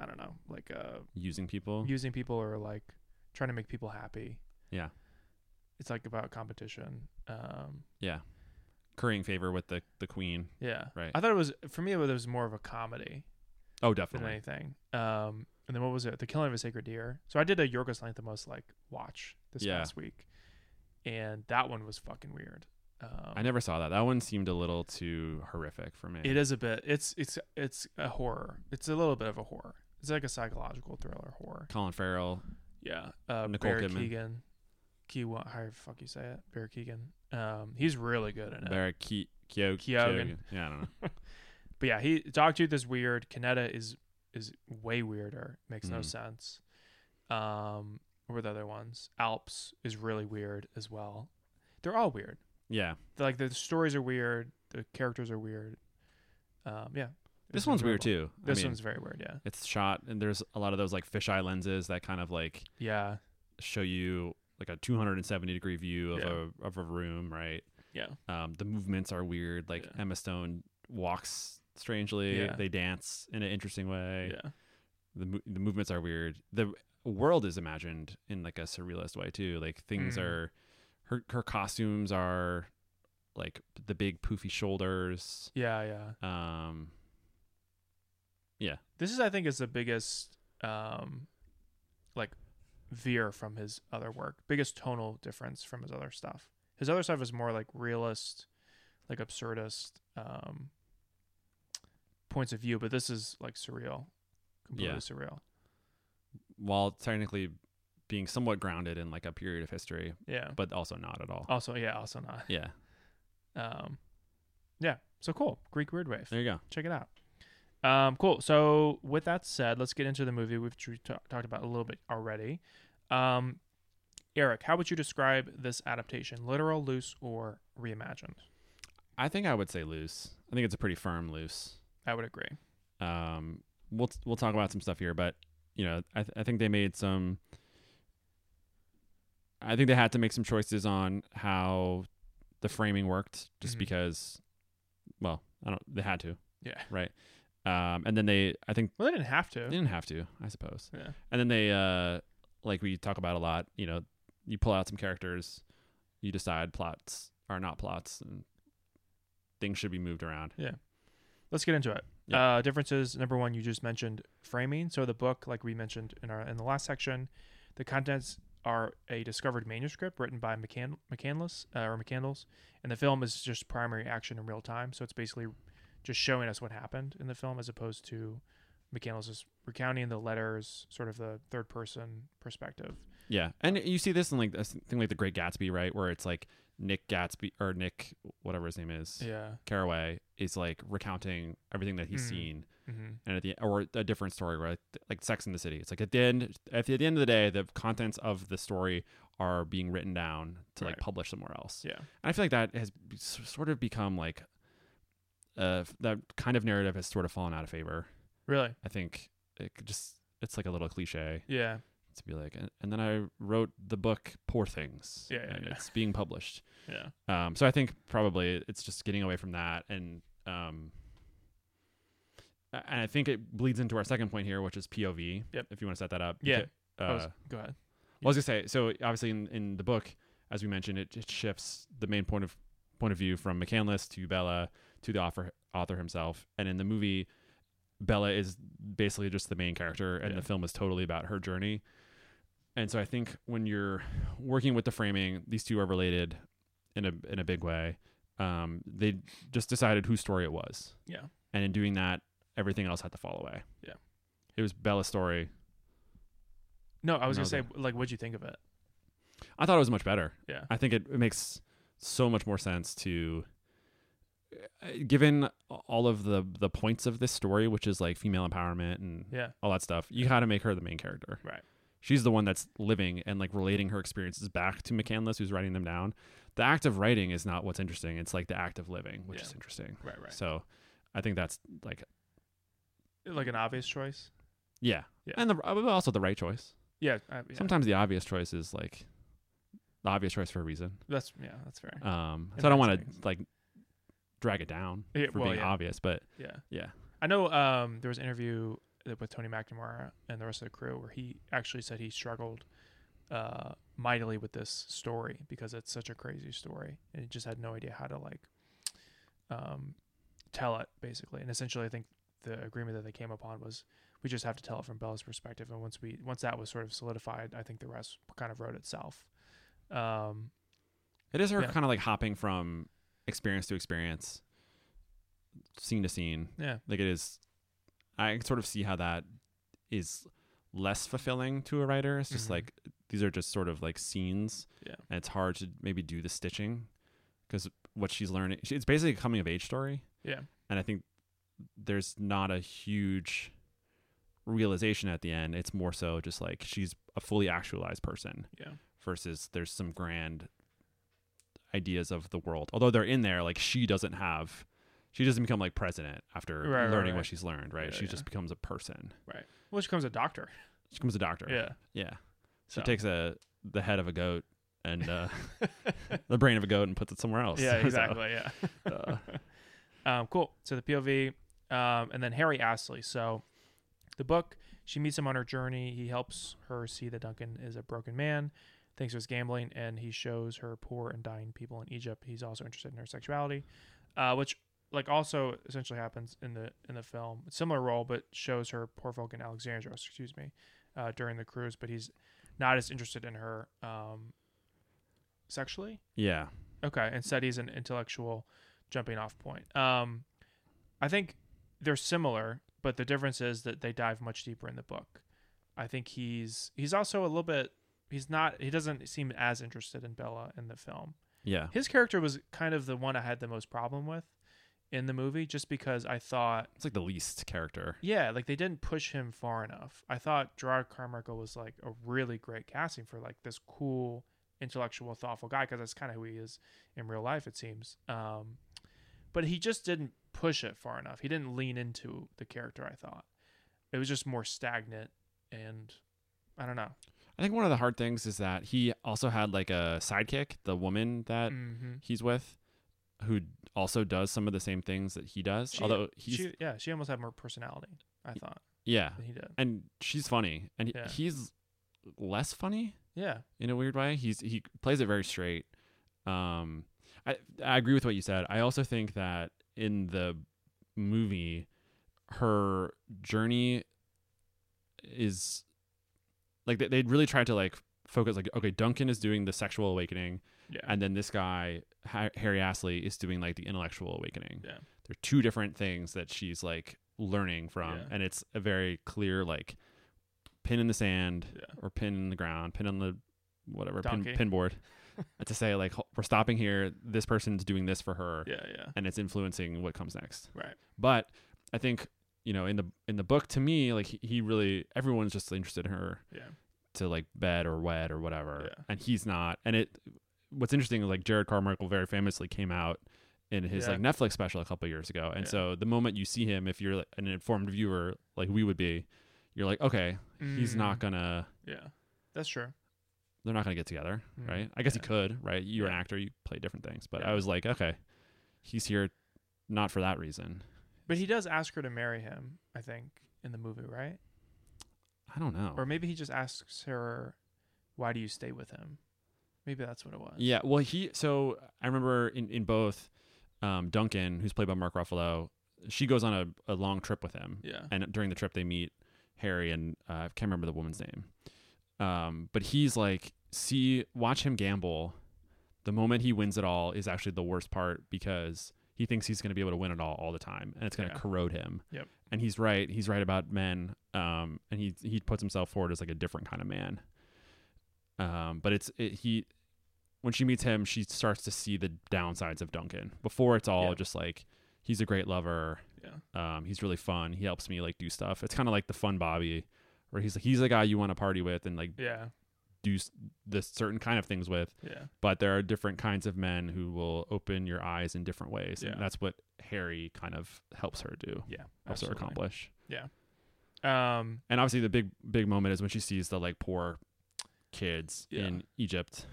[SPEAKER 2] I don't know like uh
[SPEAKER 1] using people
[SPEAKER 2] using people or like trying to make people happy.
[SPEAKER 1] Mm. Yeah.
[SPEAKER 2] It's like about competition. Um
[SPEAKER 1] yeah currying favor with the the queen
[SPEAKER 2] yeah.
[SPEAKER 1] Right.
[SPEAKER 2] I thought it was for me it was more of a comedy
[SPEAKER 1] oh
[SPEAKER 2] than
[SPEAKER 1] definitely
[SPEAKER 2] anything. Um and then what was it? The Killing of a Sacred Deer. So I did a Yorgos Lanthimos like watch this
[SPEAKER 1] Yeah.
[SPEAKER 2] past week. And that one was fucking weird. Um
[SPEAKER 1] i never saw that that one seemed a little too horrific for me
[SPEAKER 2] it is a bit it's it's it's a horror. It's a little bit of a horror. It's like a psychological thriller horror.
[SPEAKER 1] colin farrell
[SPEAKER 2] Yeah. Uh,
[SPEAKER 1] Nicole
[SPEAKER 2] Barry
[SPEAKER 1] Kidman.
[SPEAKER 2] Keegan. Keegan. How the fuck you say it? Barry Keegan. Um, he's really good in it.
[SPEAKER 1] Barrett Ke- Keogh-
[SPEAKER 2] Keoghan.
[SPEAKER 1] Keoghan. Yeah, I don't know.
[SPEAKER 2] But yeah, he Dogtooth is weird. Kaneda is is way weirder. Makes no
[SPEAKER 1] Mhm.
[SPEAKER 2] sense. Um, what were the other ones? Alps is really weird as well. They're all weird.
[SPEAKER 1] Yeah,
[SPEAKER 2] They're like the stories are weird. The characters are weird. Um, yeah.
[SPEAKER 1] this
[SPEAKER 2] It's
[SPEAKER 1] one's weird
[SPEAKER 2] enjoyable.
[SPEAKER 1] too. I
[SPEAKER 2] This
[SPEAKER 1] mean,
[SPEAKER 2] one's very weird. Yeah.
[SPEAKER 1] it's shot, and there's a lot of those like fisheye lenses that kind of like
[SPEAKER 2] Yeah.
[SPEAKER 1] show you like a 270 degree view of
[SPEAKER 2] Yeah.
[SPEAKER 1] a of a room, right?
[SPEAKER 2] Yeah.
[SPEAKER 1] Um, the movements are weird. Like
[SPEAKER 2] Yeah.
[SPEAKER 1] Emma Stone walks strangely.
[SPEAKER 2] Yeah.
[SPEAKER 1] They dance in an interesting way.
[SPEAKER 2] Yeah.
[SPEAKER 1] The mo- the movements are weird. The world is imagined in like a surrealist way too. Like things
[SPEAKER 2] Mm.
[SPEAKER 1] are, her her costumes are like the big poofy shoulders.
[SPEAKER 2] Yeah. Yeah.
[SPEAKER 1] Um,
[SPEAKER 2] This is, I think, is the biggest, um, like, veer from his other work. Biggest tonal difference from his other stuff. His other stuff is more like realist, like absurdist, um, points of view. But this is like surreal, completely
[SPEAKER 1] Yeah.
[SPEAKER 2] surreal.
[SPEAKER 1] while technically being somewhat grounded in like a period of history,
[SPEAKER 2] Yeah.
[SPEAKER 1] but also not at all.
[SPEAKER 2] Also, yeah. Also not.
[SPEAKER 1] Yeah,
[SPEAKER 2] Um, yeah. So cool. Greek weird wave.
[SPEAKER 1] there you go.
[SPEAKER 2] check it out. Um, cool. So with that said, let's get into the movie we've tr- ta- talked about a little bit already. Um, Eric, how would you describe this adaptation? Literal, loose, or reimagined?
[SPEAKER 1] I think I would say loose. I think it's a pretty firm loose.
[SPEAKER 2] I would agree.
[SPEAKER 1] Um, we'll t- we'll talk about some stuff here, but you know, I th- I think they made some. I think they had to make some choices on how the framing worked, just
[SPEAKER 2] Mhm.
[SPEAKER 1] because, well, I don't. They had to,
[SPEAKER 2] Yeah.
[SPEAKER 1] right? Um, and then they, I think
[SPEAKER 2] Well, they didn't have
[SPEAKER 1] they
[SPEAKER 2] to.
[SPEAKER 1] didn't have to, I suppose.
[SPEAKER 2] Yeah.
[SPEAKER 1] And then they, uh, like we talk about a lot, you know, you pull out some characters, you decide plots are not plots, and things should be moved around.
[SPEAKER 2] Let's get into it.
[SPEAKER 1] Yeah.
[SPEAKER 2] Uh, differences. Number one, you just mentioned framing. So the book, like we mentioned in our in the last section, the contents are a discovered manuscript written by McCann McCandless uh, or McCandles, and the film is just primary action in real time. So it's basically just showing us what happened in the film, as opposed to McCandless just recounting the letters, sort of the third person perspective.
[SPEAKER 1] Yeah, and you see this in like a thing like The Great Gatsby, right, where it's like Nick Gatsby or Nick whatever his name is,
[SPEAKER 2] Yeah.
[SPEAKER 1] Caraway is like recounting everything that he's
[SPEAKER 2] Mm.
[SPEAKER 1] seen,
[SPEAKER 2] hmm
[SPEAKER 1] and at the or a different story, right, like Sex in the City. It's like at the end, at the, at the end of the day, the contents of the story are being written down to like
[SPEAKER 2] Right.
[SPEAKER 1] publish somewhere else.
[SPEAKER 2] Yeah.
[SPEAKER 1] And I feel like that has s- sort of become like uh f- that kind of narrative has sort of fallen out of favor.
[SPEAKER 2] Really.
[SPEAKER 1] I think it could just it's like a little cliche
[SPEAKER 2] Yeah.
[SPEAKER 1] to be like, and, and then I wrote the book Poor Things.
[SPEAKER 2] Yeah, yeah,
[SPEAKER 1] and
[SPEAKER 2] yeah.
[SPEAKER 1] it's being published.
[SPEAKER 2] Yeah.
[SPEAKER 1] Um, so I think probably it's just getting away from that, and um, a- and I think it bleeds into our second point here, which is POV.
[SPEAKER 2] Yep.
[SPEAKER 1] If you want to set that up.
[SPEAKER 2] Yeah.
[SPEAKER 1] Beca-
[SPEAKER 2] I was-
[SPEAKER 1] uh,
[SPEAKER 2] go ahead.
[SPEAKER 1] well, I was gonna say, so obviously in, in the book, as we mentioned, it, it shifts the main point of point of view from McCandless to Bella to the author author himself, and in the movie, Bella is basically just the main character, and
[SPEAKER 2] Yeah.
[SPEAKER 1] the film is totally about her journey. And so I think when you're working with the framing, these two are related in a in a big way. Um, they just decided whose story it was,
[SPEAKER 2] Yeah.
[SPEAKER 1] and in doing that, everything else had to fall away.
[SPEAKER 2] Yeah.
[SPEAKER 1] it was Bella's story.
[SPEAKER 2] No, I was
[SPEAKER 1] No,
[SPEAKER 2] gonna say
[SPEAKER 1] the-
[SPEAKER 2] like, what'd you think of it?
[SPEAKER 1] I thought it was much better.
[SPEAKER 2] Yeah.
[SPEAKER 1] I think it, it makes so much more sense to uh, given all of the the points of this story which is like female empowerment and
[SPEAKER 2] Yeah.
[SPEAKER 1] all that stuff you gotta make her the main character
[SPEAKER 2] Right.
[SPEAKER 1] she's the one that's living and like relating her experiences back to mccandless who's writing them down the act of writing is not what's interesting it's like the act of living which
[SPEAKER 2] Yeah.
[SPEAKER 1] is interesting
[SPEAKER 2] Right. Right.
[SPEAKER 1] so i think that's like
[SPEAKER 2] Like an obvious choice.
[SPEAKER 1] yeah,
[SPEAKER 2] Yeah.
[SPEAKER 1] and the, uh, also the right choice
[SPEAKER 2] Yeah. I, yeah.
[SPEAKER 1] sometimes the obvious choice is like the obvious choice for a reason
[SPEAKER 2] That's yeah. That's fair.
[SPEAKER 1] Um,
[SPEAKER 2] In
[SPEAKER 1] so I don't
[SPEAKER 2] that
[SPEAKER 1] want to
[SPEAKER 2] sense.
[SPEAKER 1] like drag it down
[SPEAKER 2] Yeah,
[SPEAKER 1] for
[SPEAKER 2] well,
[SPEAKER 1] being
[SPEAKER 2] yeah.
[SPEAKER 1] obvious, but
[SPEAKER 2] yeah.
[SPEAKER 1] yeah,
[SPEAKER 2] I know um, there was an interview that- with Tony McNamara and the rest of the crew where he actually said he struggled uh, mightily with this story because it's such a crazy story and he just had no idea how to like um, tell it basically. And essentially, I think the agreement that they came upon was we just have to tell it from Bella's perspective. And once we once that was sort of solidified, I think the rest kind of wrote itself. Um,
[SPEAKER 1] it is her
[SPEAKER 2] Yeah.
[SPEAKER 1] kind of like hopping from experience to experience, scene to scene.
[SPEAKER 2] yeah,
[SPEAKER 1] Like it is, I can sort of see how that is less fulfilling to a writer. It's just
[SPEAKER 2] Mhm.
[SPEAKER 1] like these are just sort of like scenes,
[SPEAKER 2] Yeah.
[SPEAKER 1] and it's hard to maybe do the stitching because what she's learning, she- it's basically a coming of age story.
[SPEAKER 2] yeah,
[SPEAKER 1] and I think there's not a huge realization at the end. It's more so just like she's a fully actualized person
[SPEAKER 2] yeah,
[SPEAKER 1] versus there's some grand ideas of the world. Although they're in there, like she doesn't have, she doesn't become like president after
[SPEAKER 2] Right, right,
[SPEAKER 1] learning
[SPEAKER 2] right.
[SPEAKER 1] what she's learned, right?
[SPEAKER 2] Yeah,
[SPEAKER 1] she
[SPEAKER 2] yeah.
[SPEAKER 1] just becomes a person.
[SPEAKER 2] right. Well, she becomes a doctor.
[SPEAKER 1] She becomes a doctor.
[SPEAKER 2] Yeah.
[SPEAKER 1] Yeah. She
[SPEAKER 2] So.
[SPEAKER 1] takes a the head of a goat and uh, the brain of a goat and puts it somewhere else.
[SPEAKER 2] Yeah,
[SPEAKER 1] So,
[SPEAKER 2] exactly. yeah.
[SPEAKER 1] uh,
[SPEAKER 2] Um, cool. So the POV, um, and then Harry Astley. So the book, she meets him on her journey. He helps her see that Duncan is a broken man, thanks to his gambling, and he shows her poor and dying people in Egypt. He's also interested in her sexuality, uh, which like also essentially happens in the in the film. Similar role, but shows her poor folk in Alexandria. Excuse me, uh, during the cruise, but he's not as interested in her um, sexually.
[SPEAKER 1] yeah.
[SPEAKER 2] Okay, and SETI's an intellectual jumping off point. Um, I think they're similar, but the difference is that they dive much deeper in the book. I think he's he's also a little bit he's not he doesn't seem as interested in Bella in the film.
[SPEAKER 1] Yeah.
[SPEAKER 2] His character was kind of the one I had the most problem with in the movie, just because I thought
[SPEAKER 1] It's like the least character.
[SPEAKER 2] yeah, like they didn't push him far enough. I thought Gerard Carmichael was like a really great casting for like this cool, intellectual, thoughtful guy because that's kind of who he is in real life, it seems. Um, but he just didn't push it far enough. He didn't lean into the character. I thought it was just more stagnant, and I don't know.
[SPEAKER 1] I think one of the hard things is that he also had like a sidekick, the woman that
[SPEAKER 2] Mm-hmm.
[SPEAKER 1] he's with, who also does some of the same things that he does. Although he's
[SPEAKER 2] she, yeah, she almost had more personality. I thought
[SPEAKER 1] yeah,
[SPEAKER 2] than he did.
[SPEAKER 1] and she's funny, and he-
[SPEAKER 2] Yeah.
[SPEAKER 1] he's less funny
[SPEAKER 2] Yeah,
[SPEAKER 1] in a weird way. He's he plays it very straight. Um, I I agree with what you said. I also think that in the movie, her journey is like they they really tried to like focus like okay, Duncan is doing the sexual awakening,
[SPEAKER 2] yeah,
[SPEAKER 1] and then this guy Ha- Harry Astley is doing like the intellectual awakening.
[SPEAKER 2] Yeah.
[SPEAKER 1] they're two different things that she's like learning from,
[SPEAKER 2] Yeah.
[SPEAKER 1] and it's a very clear like pin in the sand
[SPEAKER 2] Yeah.
[SPEAKER 1] or pin in the ground, pin on the whatever pin,
[SPEAKER 2] Donkey.
[SPEAKER 1] pinboard to say like ho- we're stopping here. This person's doing this for her,
[SPEAKER 2] yeah, yeah.
[SPEAKER 1] and it's influencing what comes next.
[SPEAKER 2] Right.
[SPEAKER 1] But I think you know in the in the book to me like he, he really everyone's just interested in her
[SPEAKER 2] Yeah.
[SPEAKER 1] to like bed or wed or whatever.
[SPEAKER 2] Yeah.
[SPEAKER 1] And he's not. And it what's interesting is like Jared Carmichael very famously came out in his
[SPEAKER 2] Yeah.
[SPEAKER 1] like Netflix special a couple years ago. And
[SPEAKER 2] Yeah.
[SPEAKER 1] so the moment you see him, if you're like, an informed viewer like we would be, you're like, okay, he's not
[SPEAKER 2] Mm.
[SPEAKER 1] gonna
[SPEAKER 2] Yeah. That's true.
[SPEAKER 1] They're not going to get together,
[SPEAKER 2] Mm,
[SPEAKER 1] right? I guess
[SPEAKER 2] yeah.
[SPEAKER 1] he could, right? You're an
[SPEAKER 2] Yeah.
[SPEAKER 1] actor, you play different things. But
[SPEAKER 2] Yeah.
[SPEAKER 1] I was like, okay, he's here not for that reason.
[SPEAKER 2] But he does ask her to marry him, I think, in the movie, right?
[SPEAKER 1] I don't know.
[SPEAKER 2] Or maybe he just asks her, "Why do you stay with him?" Maybe that's what it was.
[SPEAKER 1] Yeah, well, he. So I remember in in both, um, Duncan, who's played by Mark Ruffalo, she goes on a, a long trip with him,
[SPEAKER 2] Yeah.
[SPEAKER 1] and during the trip they meet Harry and uh, I can't remember the woman's name. Um, but he's like, see, watch him gamble. The moment he wins it all is actually the worst part because he thinks he's going to be able to win it all all the time, and it's going to
[SPEAKER 2] Yeah.
[SPEAKER 1] corrode him.
[SPEAKER 2] Yep.
[SPEAKER 1] And he's right. He's right about men. Um, and he he puts himself forward as like a different kind of man. Um, but it's it, he when she meets him, she starts to see the downsides of Duncan. Before it's all
[SPEAKER 2] Yeah.
[SPEAKER 1] just like he's a great lover.
[SPEAKER 2] Yeah.
[SPEAKER 1] Um, he's really fun. He helps me like do stuff. It's kind of like the fun Bobby, where he's like he's the guy you want to party with and like
[SPEAKER 2] Yeah.
[SPEAKER 1] do s- this certain kind of things with.
[SPEAKER 2] Yeah.
[SPEAKER 1] But there are different kinds of men who will open your eyes in different ways,
[SPEAKER 2] Yeah.
[SPEAKER 1] and that's what Harry kind of helps her do,
[SPEAKER 2] Yeah.
[SPEAKER 1] helps her
[SPEAKER 2] absolutely.
[SPEAKER 1] accomplish.
[SPEAKER 2] Um.
[SPEAKER 1] And obviously, the big big moment is when she sees the like poor kids
[SPEAKER 2] Yeah.
[SPEAKER 1] in Egypt,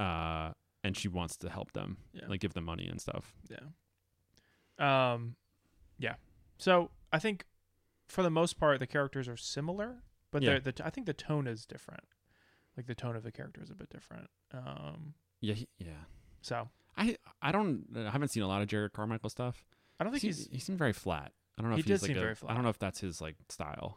[SPEAKER 1] uh, and she wants to help them,
[SPEAKER 2] Yeah.
[SPEAKER 1] like give them money and stuff.
[SPEAKER 2] Yeah. Um. Yeah. So I think, for the most part, the characters are similar, but
[SPEAKER 1] Yeah.
[SPEAKER 2] they're the t- I think the tone is different. Like the tone of the character is a bit different. Um.
[SPEAKER 1] Yeah, he- yeah.
[SPEAKER 2] So
[SPEAKER 1] I I don't I haven't seen a lot of Jared Carmichael stuff.
[SPEAKER 2] I don't think
[SPEAKER 1] he,
[SPEAKER 2] he's.
[SPEAKER 1] he seemed very flat. I don't know
[SPEAKER 2] He
[SPEAKER 1] if he's
[SPEAKER 2] did
[SPEAKER 1] like
[SPEAKER 2] seem
[SPEAKER 1] a-
[SPEAKER 2] very
[SPEAKER 1] I
[SPEAKER 2] flat.
[SPEAKER 1] don't know if that's his like style.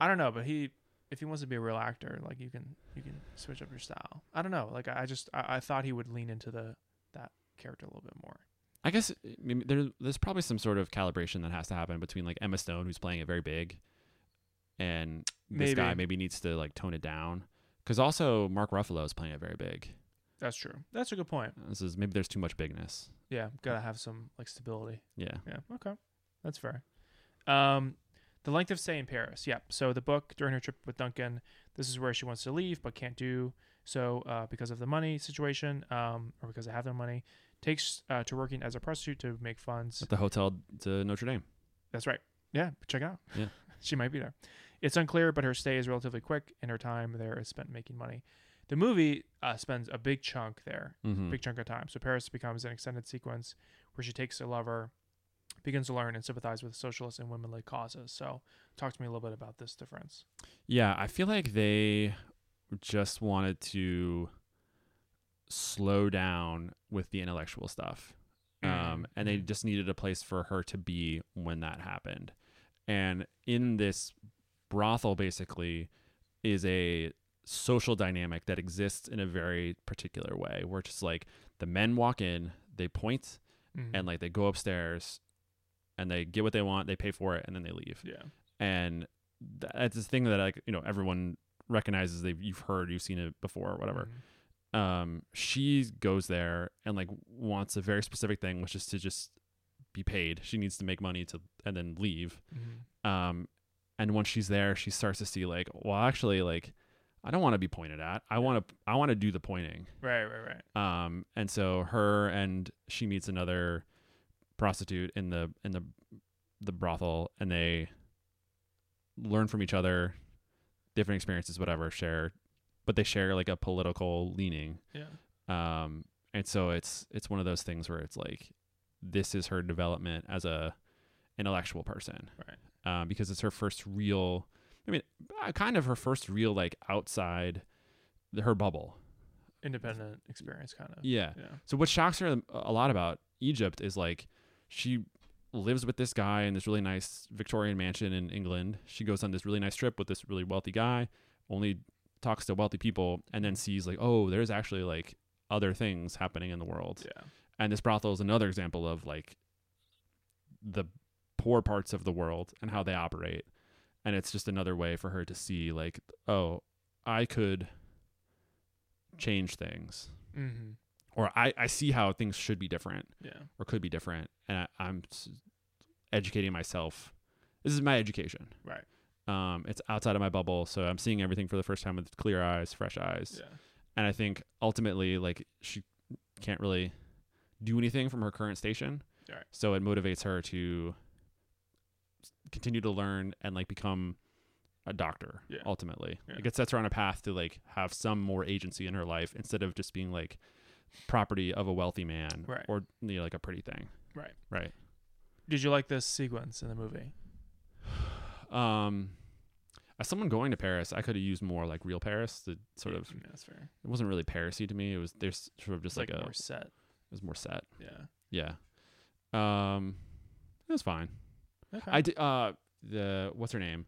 [SPEAKER 2] I don't know, but he. If he wants to be a real actor, like you can, you can switch up your style. I don't know. Like I I just, I, I thought he would lean into the that character a little bit more.
[SPEAKER 1] I guess I mean, there, there's probably some sort of calibration that has to happen between like Emma Stone, who's playing it very big, and this
[SPEAKER 2] Maybe.
[SPEAKER 1] guy maybe needs to like tone it down. Because also Mark Ruffalo is playing it very big.
[SPEAKER 2] That's true. That's a good point.
[SPEAKER 1] This is maybe there's too much bigness.
[SPEAKER 2] Yeah, gotta have some like stability.
[SPEAKER 1] Yeah,
[SPEAKER 2] Yeah. Okay. That's fair. Um, the length of stay in Paris. Yep. So the book during her trip with Duncan, this is where she wants to leave but can't do so uh, because of the money situation, um, or because they have no money. Takes uh, to working as a prostitute to make funds.
[SPEAKER 1] at the hotel to Notre Dame.
[SPEAKER 2] That's right. Yeah. Check it out.
[SPEAKER 1] Yeah.
[SPEAKER 2] she might be there. It's unclear, but her stay is relatively quick, and her time there is spent making money. The movie uh, spends a big chunk there
[SPEAKER 1] Mm-hmm.
[SPEAKER 2] big chunk of time. So Paris becomes an extended sequence where she takes a lover, begins to learn and sympathize with socialist and women-led causes. So talk to me a little bit about this difference.
[SPEAKER 1] Yeah, I feel like they just wanted to slow down with the intellectual stuff. Um,
[SPEAKER 2] Mm,
[SPEAKER 1] and they
[SPEAKER 2] mhm.
[SPEAKER 1] just needed a place for her to be when that happened. And in this brothel, basically, is a social dynamic that exists in a very particular way where it's just like the men walk in, they point,
[SPEAKER 2] Mhm.
[SPEAKER 1] and like they go upstairs and they get what they want, they pay for it, and then they leave
[SPEAKER 2] yeah,
[SPEAKER 1] and th- that's this thing that like you know everyone recognizes they've you've heard you've seen it before or whatever
[SPEAKER 2] Mhm.
[SPEAKER 1] um she goes there and like wants a very specific thing which is to just be paid she needs to make money to and then leave
[SPEAKER 2] Mhm.
[SPEAKER 1] um and once she's there she starts to see like well actually like i don't want to be pointed at i want to i want to do the pointing
[SPEAKER 2] Right, right, right.
[SPEAKER 1] um and so her and she meets another prostitute in the in the the brothel and they learn from each other different experiences whatever share but they share like a political leaning
[SPEAKER 2] Yeah,
[SPEAKER 1] um and so it's it's one of those things where it's like this is her development as a intellectual person
[SPEAKER 2] Right.
[SPEAKER 1] um, because it's her first real i mean uh, kind of her first real like outside the, her bubble
[SPEAKER 2] independent experience, kind of.
[SPEAKER 1] yeah so what shocks her um, a lot about Egypt is like she lives with this guy in this really nice Victorian mansion in England. She goes on this really nice trip with this really wealthy guy, only talks to wealthy people, and then sees like, oh, there's actually like other things happening in the world.
[SPEAKER 2] yeah,
[SPEAKER 1] And this brothel is another example of like the poor parts of the world and how they operate. And it's just another way for her to see like, oh, I could change things
[SPEAKER 2] hmm
[SPEAKER 1] or I, I see how things should be different
[SPEAKER 2] yeah,
[SPEAKER 1] or could be different and I, i'm s- educating myself this is my education
[SPEAKER 2] Right.
[SPEAKER 1] um, it's outside of my bubble so i'm seeing everything for the first time with clear eyes fresh eyes
[SPEAKER 2] yeah,
[SPEAKER 1] and i think ultimately like she can't really do anything from her current station
[SPEAKER 2] Right.
[SPEAKER 1] so it motivates her to s- continue to learn and like become a doctor
[SPEAKER 2] Yeah.
[SPEAKER 1] ultimately.
[SPEAKER 2] Yeah.
[SPEAKER 1] Like it sets her on a path to like have some more agency in her life instead of just being like property of a wealthy man
[SPEAKER 2] Right.
[SPEAKER 1] or you know, like a pretty thing.
[SPEAKER 2] Right.
[SPEAKER 1] Right.
[SPEAKER 2] Did you like this sequence in the movie?
[SPEAKER 1] Um as someone going to Paris, I could have used more like real Paris to sort of
[SPEAKER 2] Yeah, that's fair.
[SPEAKER 1] it wasn't really Parisy to me. It was there's sort of just
[SPEAKER 2] It's like,
[SPEAKER 1] like, a
[SPEAKER 2] more set.
[SPEAKER 1] it was more set.
[SPEAKER 2] Yeah.
[SPEAKER 1] Yeah. Um it was fine.
[SPEAKER 2] Okay.
[SPEAKER 1] I did uh the what's her name?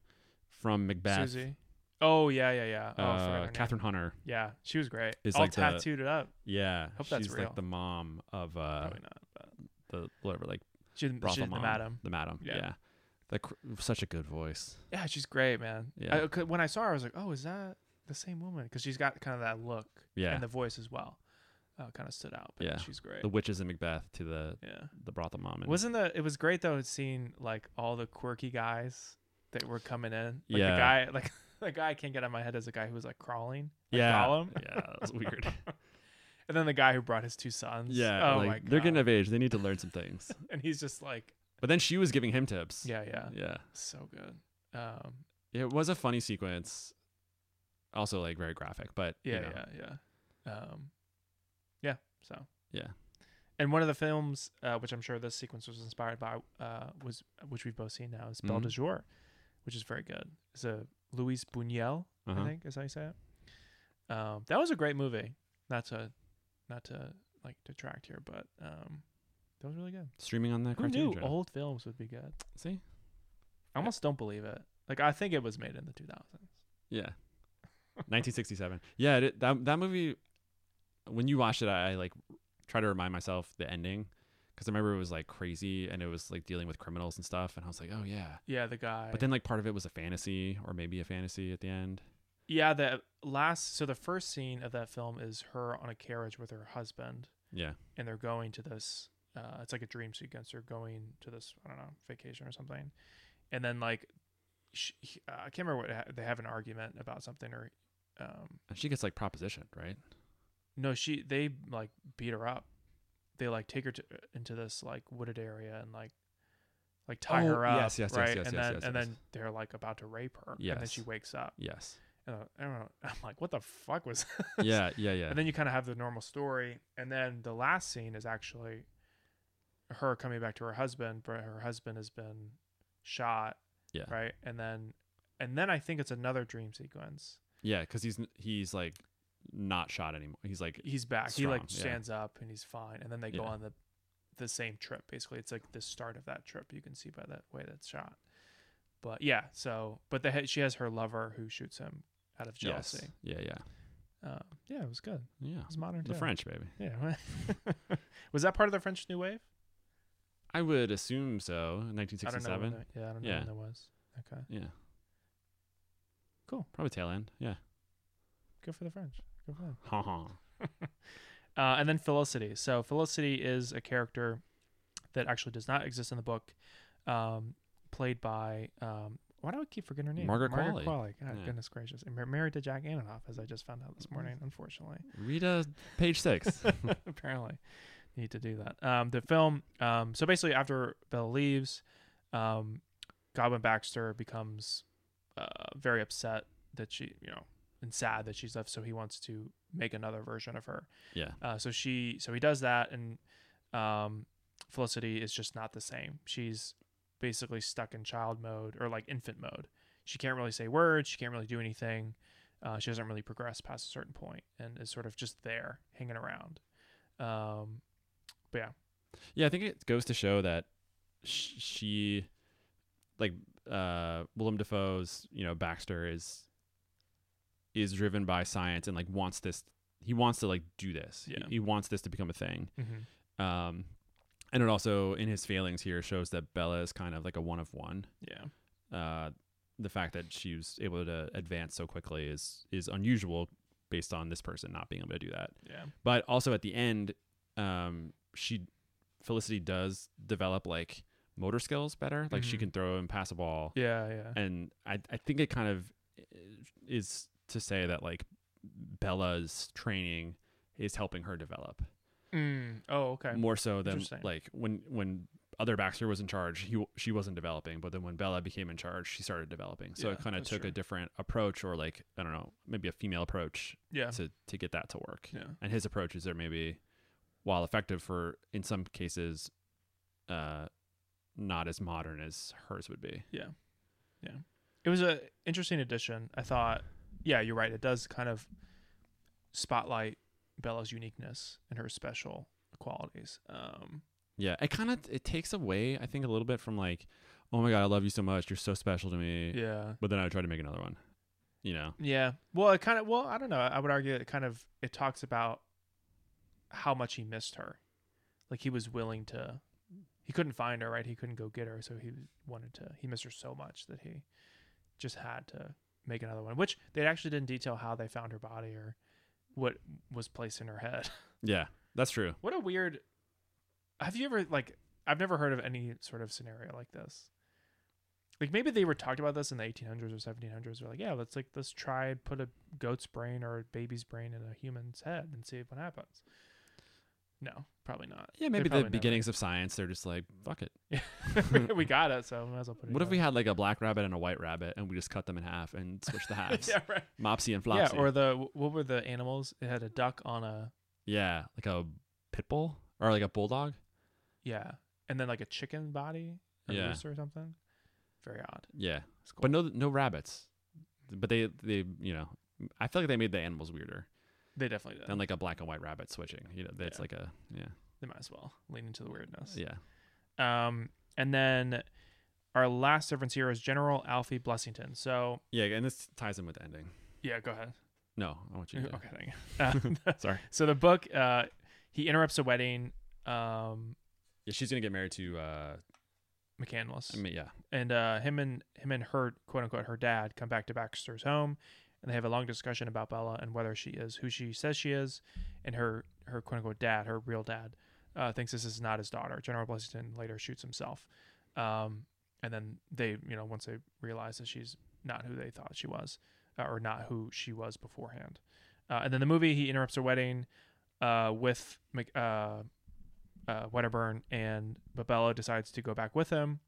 [SPEAKER 1] From Macbeth.
[SPEAKER 2] Susie. Oh yeah, yeah, yeah. Oh, I forgot her
[SPEAKER 1] uh,
[SPEAKER 2] name.
[SPEAKER 1] Catherine Hunter.
[SPEAKER 2] Yeah, she was great.
[SPEAKER 1] Is
[SPEAKER 2] All
[SPEAKER 1] like the- Oh,
[SPEAKER 2] tattooed it up.
[SPEAKER 1] Yeah,
[SPEAKER 2] Hope that's
[SPEAKER 1] she's
[SPEAKER 2] real.
[SPEAKER 1] like the mom of uh
[SPEAKER 2] Probably not.
[SPEAKER 1] the whatever like
[SPEAKER 2] She didn't. She
[SPEAKER 1] brothel
[SPEAKER 2] did the
[SPEAKER 1] mom,
[SPEAKER 2] madam.
[SPEAKER 1] the madam.
[SPEAKER 2] Yeah.
[SPEAKER 1] Yeah, The cr- such a good voice.
[SPEAKER 2] Yeah, she's great, man.
[SPEAKER 1] Yeah.
[SPEAKER 2] I- 'cause when I saw her, I was like, oh, is that the same woman? Because she's got kind of that look.
[SPEAKER 1] Yeah.
[SPEAKER 2] And the voice as well, uh, kind of stood out. But
[SPEAKER 1] Yeah.
[SPEAKER 2] She's great.
[SPEAKER 1] The witches in Macbeth to the
[SPEAKER 2] yeah.
[SPEAKER 1] the brothel mom. And,
[SPEAKER 2] Wasn't the? It was great though. Seeing like all the quirky guys that were coming in. Like The
[SPEAKER 1] Yeah.
[SPEAKER 2] guy like. The guy I can't get out of my head is a guy who was like crawling, like
[SPEAKER 1] yeah,
[SPEAKER 2] Gollum,
[SPEAKER 1] yeah, that was weird.
[SPEAKER 2] and then the guy who brought his two sons.
[SPEAKER 1] yeah,
[SPEAKER 2] oh
[SPEAKER 1] like,
[SPEAKER 2] my god,
[SPEAKER 1] they're getting of age. They need to learn some things.
[SPEAKER 2] and he's just like,
[SPEAKER 1] but then she was giving him tips.
[SPEAKER 2] yeah, yeah,
[SPEAKER 1] yeah.
[SPEAKER 2] so good. Um,
[SPEAKER 1] It was a funny sequence. Also, like very graphic, but you
[SPEAKER 2] yeah,
[SPEAKER 1] know,
[SPEAKER 2] yeah, yeah. Um, yeah. So
[SPEAKER 1] yeah,
[SPEAKER 2] and one of the films, uh, which I'm sure this sequence was inspired by, uh, was which we've both seen now is Belle de
[SPEAKER 1] Mhm.
[SPEAKER 2] Jour, which is very good. It's a Luis Buñuel, I
[SPEAKER 1] Uh-huh.
[SPEAKER 2] think is how you say it. Um, that was a great movie. Not to, not to like detract here, but um, that was really good.
[SPEAKER 1] Streaming on the
[SPEAKER 2] Who knew
[SPEAKER 1] Criterion channel.
[SPEAKER 2] old films would be good?
[SPEAKER 1] See,
[SPEAKER 2] I almost don't believe it. Like I think it was made in the 2000s.
[SPEAKER 1] Yeah. 1967. Yeah, it, that that movie when you watched it I, I like try to remind myself the ending cuz I remember it was like crazy and it was like dealing with criminals and stuff and I was like, "Oh yeah."
[SPEAKER 2] Yeah, the guy.
[SPEAKER 1] But then like part of it was a fantasy or maybe a fantasy at the end.
[SPEAKER 2] yeah, the last. So the first scene of that film is her on a carriage with her husband.
[SPEAKER 1] Yeah.
[SPEAKER 2] and they're going to this uh, it's like a dream sequence they're going to this i don't know vacation or something and then like sh he- uh, i can't remember what ha- they have an argument about something or um
[SPEAKER 1] And she gets like propositioned, right?
[SPEAKER 2] no she they like beat her up they like take her to, uh, into this like wooded area and like like tie
[SPEAKER 1] Oh,
[SPEAKER 2] her up
[SPEAKER 1] yes, yes, yes,
[SPEAKER 2] right
[SPEAKER 1] yes,
[SPEAKER 2] and
[SPEAKER 1] yes,
[SPEAKER 2] then
[SPEAKER 1] yes,
[SPEAKER 2] and
[SPEAKER 1] yes.
[SPEAKER 2] then they're like about to rape her and then she
[SPEAKER 1] Yes.
[SPEAKER 2] wakes up
[SPEAKER 1] Yes.
[SPEAKER 2] and uh, i don't know i'm like what the fuck was this?
[SPEAKER 1] Yeah, yeah, yeah.
[SPEAKER 2] and then you kind of have the normal story and then the last scene is actually her coming back to her husband but her husband has been shot
[SPEAKER 1] Yeah.
[SPEAKER 2] right and then and then i think it's another dream sequence
[SPEAKER 1] yeah, cuz he's n- he's like not shot anymore. He's like
[SPEAKER 2] he's back he like
[SPEAKER 1] Strong, yeah.
[SPEAKER 2] stands up and he's fine and then they go
[SPEAKER 1] Yeah.
[SPEAKER 2] on the the same trip basically it's like the start of that trip you can see by that way that's shot but yeah so but the, she has her lover who shoots him out of
[SPEAKER 1] yes.
[SPEAKER 2] jealousy
[SPEAKER 1] Yeah, yeah.
[SPEAKER 2] uh, yeah it was good it
[SPEAKER 1] Yeah.
[SPEAKER 2] was modern
[SPEAKER 1] The
[SPEAKER 2] too.
[SPEAKER 1] French, baby.
[SPEAKER 2] yeah was that part of the french new wave
[SPEAKER 1] I would assume so. 1967.
[SPEAKER 2] I don't know. When that, yeah, I don't know
[SPEAKER 1] Yeah.
[SPEAKER 2] when that was. Okay,
[SPEAKER 1] Yeah.
[SPEAKER 2] Cool.
[SPEAKER 1] Probably tail end. Yeah.
[SPEAKER 2] good for the French. Good for them.
[SPEAKER 1] Ha ha.
[SPEAKER 2] Uh, and then Felicity. So Felicity is a character that actually does not exist in the book, um, played by. Um, why do I keep forgetting her name?
[SPEAKER 1] Margaret Qualley.
[SPEAKER 2] Margaret Qualley. God,
[SPEAKER 1] Yeah.
[SPEAKER 2] goodness gracious. And mar- married to Jack Antonoff, as I just found out this morning, unfortunately.
[SPEAKER 1] Rita, page six.
[SPEAKER 2] apparently need to do that um the film um so basically after bella leaves um godwin baxter becomes uh very upset that she you know and sad that she's left so he wants to make another version of her
[SPEAKER 1] yeah.
[SPEAKER 2] uh so she so he does that and um felicity is just not the same she's basically stuck in child mode or like infant mode she can't really say words she can't really do anything uh, she doesn't really progress past a certain point and is sort of just there hanging around um but yeah
[SPEAKER 1] Yeah, I think it goes to show that sh- she, like, uh, Willem Dafoe's, you know, Baxter is is driven by science and like wants this. He wants to like do this. He-
[SPEAKER 2] Yeah.
[SPEAKER 1] He, wants this to become a thing.
[SPEAKER 2] Mhm.
[SPEAKER 1] Um, and it also in his failings here shows that Bella is kind of like a one of one.
[SPEAKER 2] yeah
[SPEAKER 1] Uh, the fact that she was able to advance so quickly is is unusual based on this person not being able to do that.
[SPEAKER 2] yeah
[SPEAKER 1] but also at the end um she felicity does develop like motor skills better like she
[SPEAKER 2] Mhm.
[SPEAKER 1] can throw and pass a ball
[SPEAKER 2] yeah yeah
[SPEAKER 1] and I, I think it kind of is to say that like bella's training is helping her develop
[SPEAKER 2] mm. oh okay
[SPEAKER 1] more so than
[SPEAKER 2] Interesting.
[SPEAKER 1] like when when other Baxter was in charge, he, she wasn't developing. But then when Bella became in charge, she started developing. So
[SPEAKER 2] Yeah,
[SPEAKER 1] it kind of
[SPEAKER 2] that's
[SPEAKER 1] took
[SPEAKER 2] true.
[SPEAKER 1] a different approach, or like I don't know, maybe a female approach
[SPEAKER 2] Yeah.
[SPEAKER 1] to to get that to work.
[SPEAKER 2] Yeah.
[SPEAKER 1] And his approaches are maybe, while effective for in some cases, uh, not as modern as hers would be.
[SPEAKER 2] Yeah. Yeah. It was a interesting addition. I thought, yeah, you're right. It does kind of spotlight Bella's uniqueness and her special qualities. Um,
[SPEAKER 1] Yeah, it kind of it takes away, I think, a little bit from like, oh my god, I love you so much, you're so special to me.
[SPEAKER 2] yeah.
[SPEAKER 1] But then I try to make another one. You know,
[SPEAKER 2] Yeah. Well, it kind of, well, I don't know. I would argue it kind of, it talks about how much he missed her. Like he was willing to, he couldn't find her, right? He couldn't go get her. So he wanted to, he missed her so much that he just had to make another one, which they actually didn't detail how they found her body or what was placed in her head.
[SPEAKER 1] yeah, that's true.
[SPEAKER 2] What a weird. Have you ever like? I've never heard of any sort of scenario like this. Like maybe they were talked about this in the 1800s or 1700s. They're like, yeah, let's like let's try and put a goat's brain or a baby's brain in a human's head and see what happens. No, probably not.
[SPEAKER 1] Yeah,
[SPEAKER 2] They
[SPEAKER 1] maybe the
[SPEAKER 2] probably
[SPEAKER 1] beginnings of science, they're just like, fuck it.
[SPEAKER 2] never- we got it, so we might as well put it.
[SPEAKER 1] What if we
[SPEAKER 2] together.
[SPEAKER 1] had like a black rabbit and a white rabbit and we just cut them in half and switch the halves?
[SPEAKER 2] Yeah, right.
[SPEAKER 1] Mopsy and
[SPEAKER 2] Yeah,
[SPEAKER 1] Flopsy.
[SPEAKER 2] or the what were the animals? It had a duck on a
[SPEAKER 1] Yeah, like a pit bull or like a bulldog.
[SPEAKER 2] yeah, and then like a chicken body or
[SPEAKER 1] Yeah.
[SPEAKER 2] rooster or something. Very odd.
[SPEAKER 1] Yeah,
[SPEAKER 2] It's cool.
[SPEAKER 1] but no, no rabbits. But they, they, you know, I feel like they made the animals weirder
[SPEAKER 2] they definitely did.
[SPEAKER 1] than like a black and white rabbit switching. You know, that's
[SPEAKER 2] Yeah.
[SPEAKER 1] like a yeah,
[SPEAKER 2] they might as well lean into the weirdness.
[SPEAKER 1] yeah.
[SPEAKER 2] Um, and then our last difference here is General Alfie Blessington. So
[SPEAKER 1] Yeah, and this ties in with the ending.
[SPEAKER 2] yeah, go ahead.
[SPEAKER 1] No, I want you to.
[SPEAKER 2] Okay, thank you. Uh,
[SPEAKER 1] Sorry.
[SPEAKER 2] so the book, uh, he interrupts a wedding, um,
[SPEAKER 1] Yeah, she's gonna get married to. uh
[SPEAKER 2] McCandless,
[SPEAKER 1] I mean, yeah,
[SPEAKER 2] and uh, him and him and her quote unquote her dad come back to Baxter's home, and they have a long discussion about Bella and whether she is who she says she is, and her her quote unquote dad, her real dad, uh, thinks this is not his daughter. General Blessington later shoots himself, um, and then they you know once they realize that she's not who they thought she was, uh, or not who she was beforehand, uh, and then the movie he interrupts her wedding, uh, with Mc, uh, uh, Wedderburn, and but Bella decides to go back with him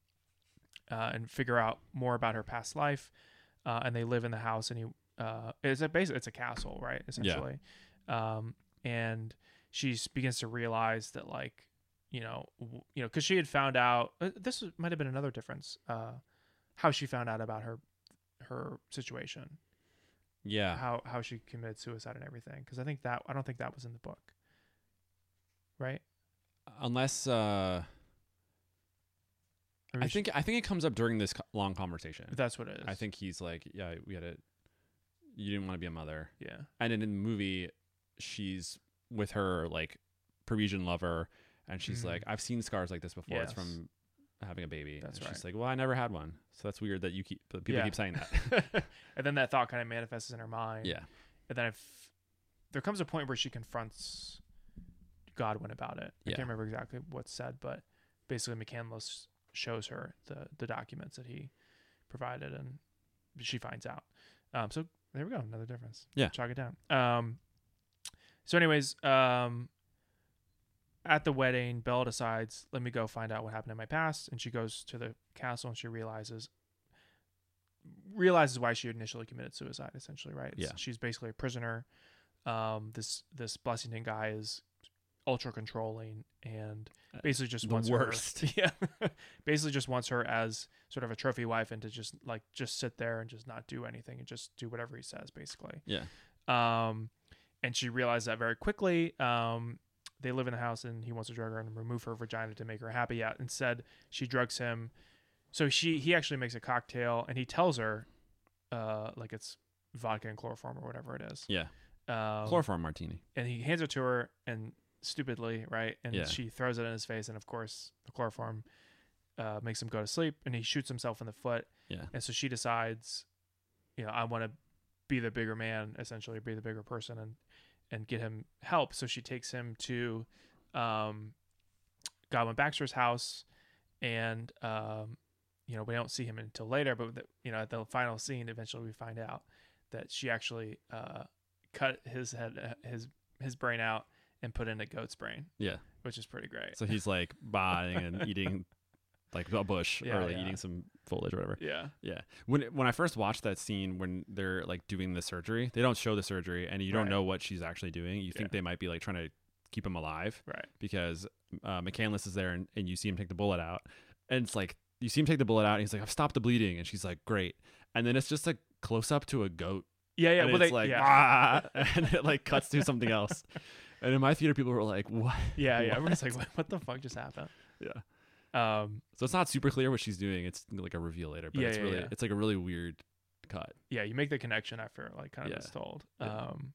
[SPEAKER 2] uh, and figure out more about her past life. Uh, and they live in the house, and he uh, it's a basically it's a castle, right? Essentially, um, and she s- begins to realize that like you know w- you know because she had found out uh, this was- might have been another difference uh, how she found out about her her situation
[SPEAKER 1] yeah.
[SPEAKER 2] how how she committed suicide and everything because I think that I don't think that was in the book right
[SPEAKER 1] Unless uh,
[SPEAKER 2] mean,
[SPEAKER 1] I
[SPEAKER 2] she-
[SPEAKER 1] think I think it comes up during this co- long conversation.
[SPEAKER 2] that's what it is
[SPEAKER 1] I think he's like, yeah, we had a, you didn't want to be a mother,
[SPEAKER 2] yeah
[SPEAKER 1] and then in the movie, she's with her like Parisian lover, and she's
[SPEAKER 2] Mhm.
[SPEAKER 1] like, I've seen scars like this before. It's
[SPEAKER 2] Yes.
[SPEAKER 1] from having a baby.
[SPEAKER 2] That's
[SPEAKER 1] and She's
[SPEAKER 2] right.
[SPEAKER 1] like, well, I never had one, so that's weird that you keep that people
[SPEAKER 2] Yeah.
[SPEAKER 1] keep saying that.
[SPEAKER 2] and then that thought kind of manifests in her mind
[SPEAKER 1] yeah,
[SPEAKER 2] and then if there comes a point where she confronts Godwin about it. I
[SPEAKER 1] Yeah.
[SPEAKER 2] can't remember exactly what's said, but basically McCandless shows her the the documents that he provided, and she finds out. Um, so there we go, another difference.
[SPEAKER 1] Yeah.
[SPEAKER 2] chalk it down. Um, so anyways, um, at the wedding, Belle decides, "Let me go find out what happened in my past," and she goes to the castle and she realizes realizes why she initially committed suicide. Essentially, right? It's-
[SPEAKER 1] Yeah.
[SPEAKER 2] she's basically a prisoner. Um, this this Blessington guy is ultra controlling and basically just
[SPEAKER 1] Uh, the
[SPEAKER 2] wants
[SPEAKER 1] worst.
[SPEAKER 2] Her, yeah, basically just wants her as sort of a trophy wife and to just like just sit there and just not do anything and just do whatever he says, basically.
[SPEAKER 1] yeah,
[SPEAKER 2] Um, and she realized that very quickly. Um, they live in the house and he wants to drug her and remove her vagina to make her happy. Yet instead, she drugs him. So she he actually makes a cocktail and he tells her, uh, like it's vodka and chloroform or whatever it is.
[SPEAKER 1] yeah.
[SPEAKER 2] Um,
[SPEAKER 1] Chloroform martini.
[SPEAKER 2] and he hands it to her and stupidly right and
[SPEAKER 1] Yeah.
[SPEAKER 2] she throws it in his face and of course the chloroform uh, makes him go to sleep and he shoots himself in the foot
[SPEAKER 1] Yeah,
[SPEAKER 2] and so she decides you know i want to be the bigger man essentially be the bigger person and and get him help so she takes him to um goblin baxter's house and um you know we don't see him until later but the, you know at the final scene eventually we find out that she actually uh cut his head uh, his his brain out and put in a goat's brain
[SPEAKER 1] yeah.
[SPEAKER 2] which is pretty great
[SPEAKER 1] So he's like buying and eating like a bush
[SPEAKER 2] Yeah,
[SPEAKER 1] or like
[SPEAKER 2] yeah.
[SPEAKER 1] eating some foliage or whatever.
[SPEAKER 2] Yeah.
[SPEAKER 1] Yeah. When when I first watched that scene when they're like doing the surgery, they don't show the surgery and you don't
[SPEAKER 2] Right.
[SPEAKER 1] know what she's actually doing. You think
[SPEAKER 2] Yeah.
[SPEAKER 1] they might be like trying to keep him alive
[SPEAKER 2] Right.
[SPEAKER 1] because uh, McCandless is there and, and you see him take the bullet out. And it's like, you see him take the bullet out and he's like, I've stopped the bleeding. And she's like, great. And then it's just a close up to a goat.
[SPEAKER 2] Yeah. Yeah.
[SPEAKER 1] and
[SPEAKER 2] well,
[SPEAKER 1] it's
[SPEAKER 2] they,
[SPEAKER 1] like,
[SPEAKER 2] yeah.
[SPEAKER 1] ah, and it like cuts to something else. And in my theater, people were like, what?
[SPEAKER 2] yeah. Yeah. We're just like, what, what the fuck just happened?
[SPEAKER 1] Yeah.
[SPEAKER 2] Um.
[SPEAKER 1] So it's not super clear what she's doing. It's like a reveal later, but
[SPEAKER 2] Yeah,
[SPEAKER 1] it's
[SPEAKER 2] yeah,
[SPEAKER 1] really,
[SPEAKER 2] yeah.
[SPEAKER 1] it's like a really weird cut.
[SPEAKER 2] yeah, you make the connection after like kind of
[SPEAKER 1] Yeah.
[SPEAKER 2] it's told.
[SPEAKER 1] Yeah.
[SPEAKER 2] Um,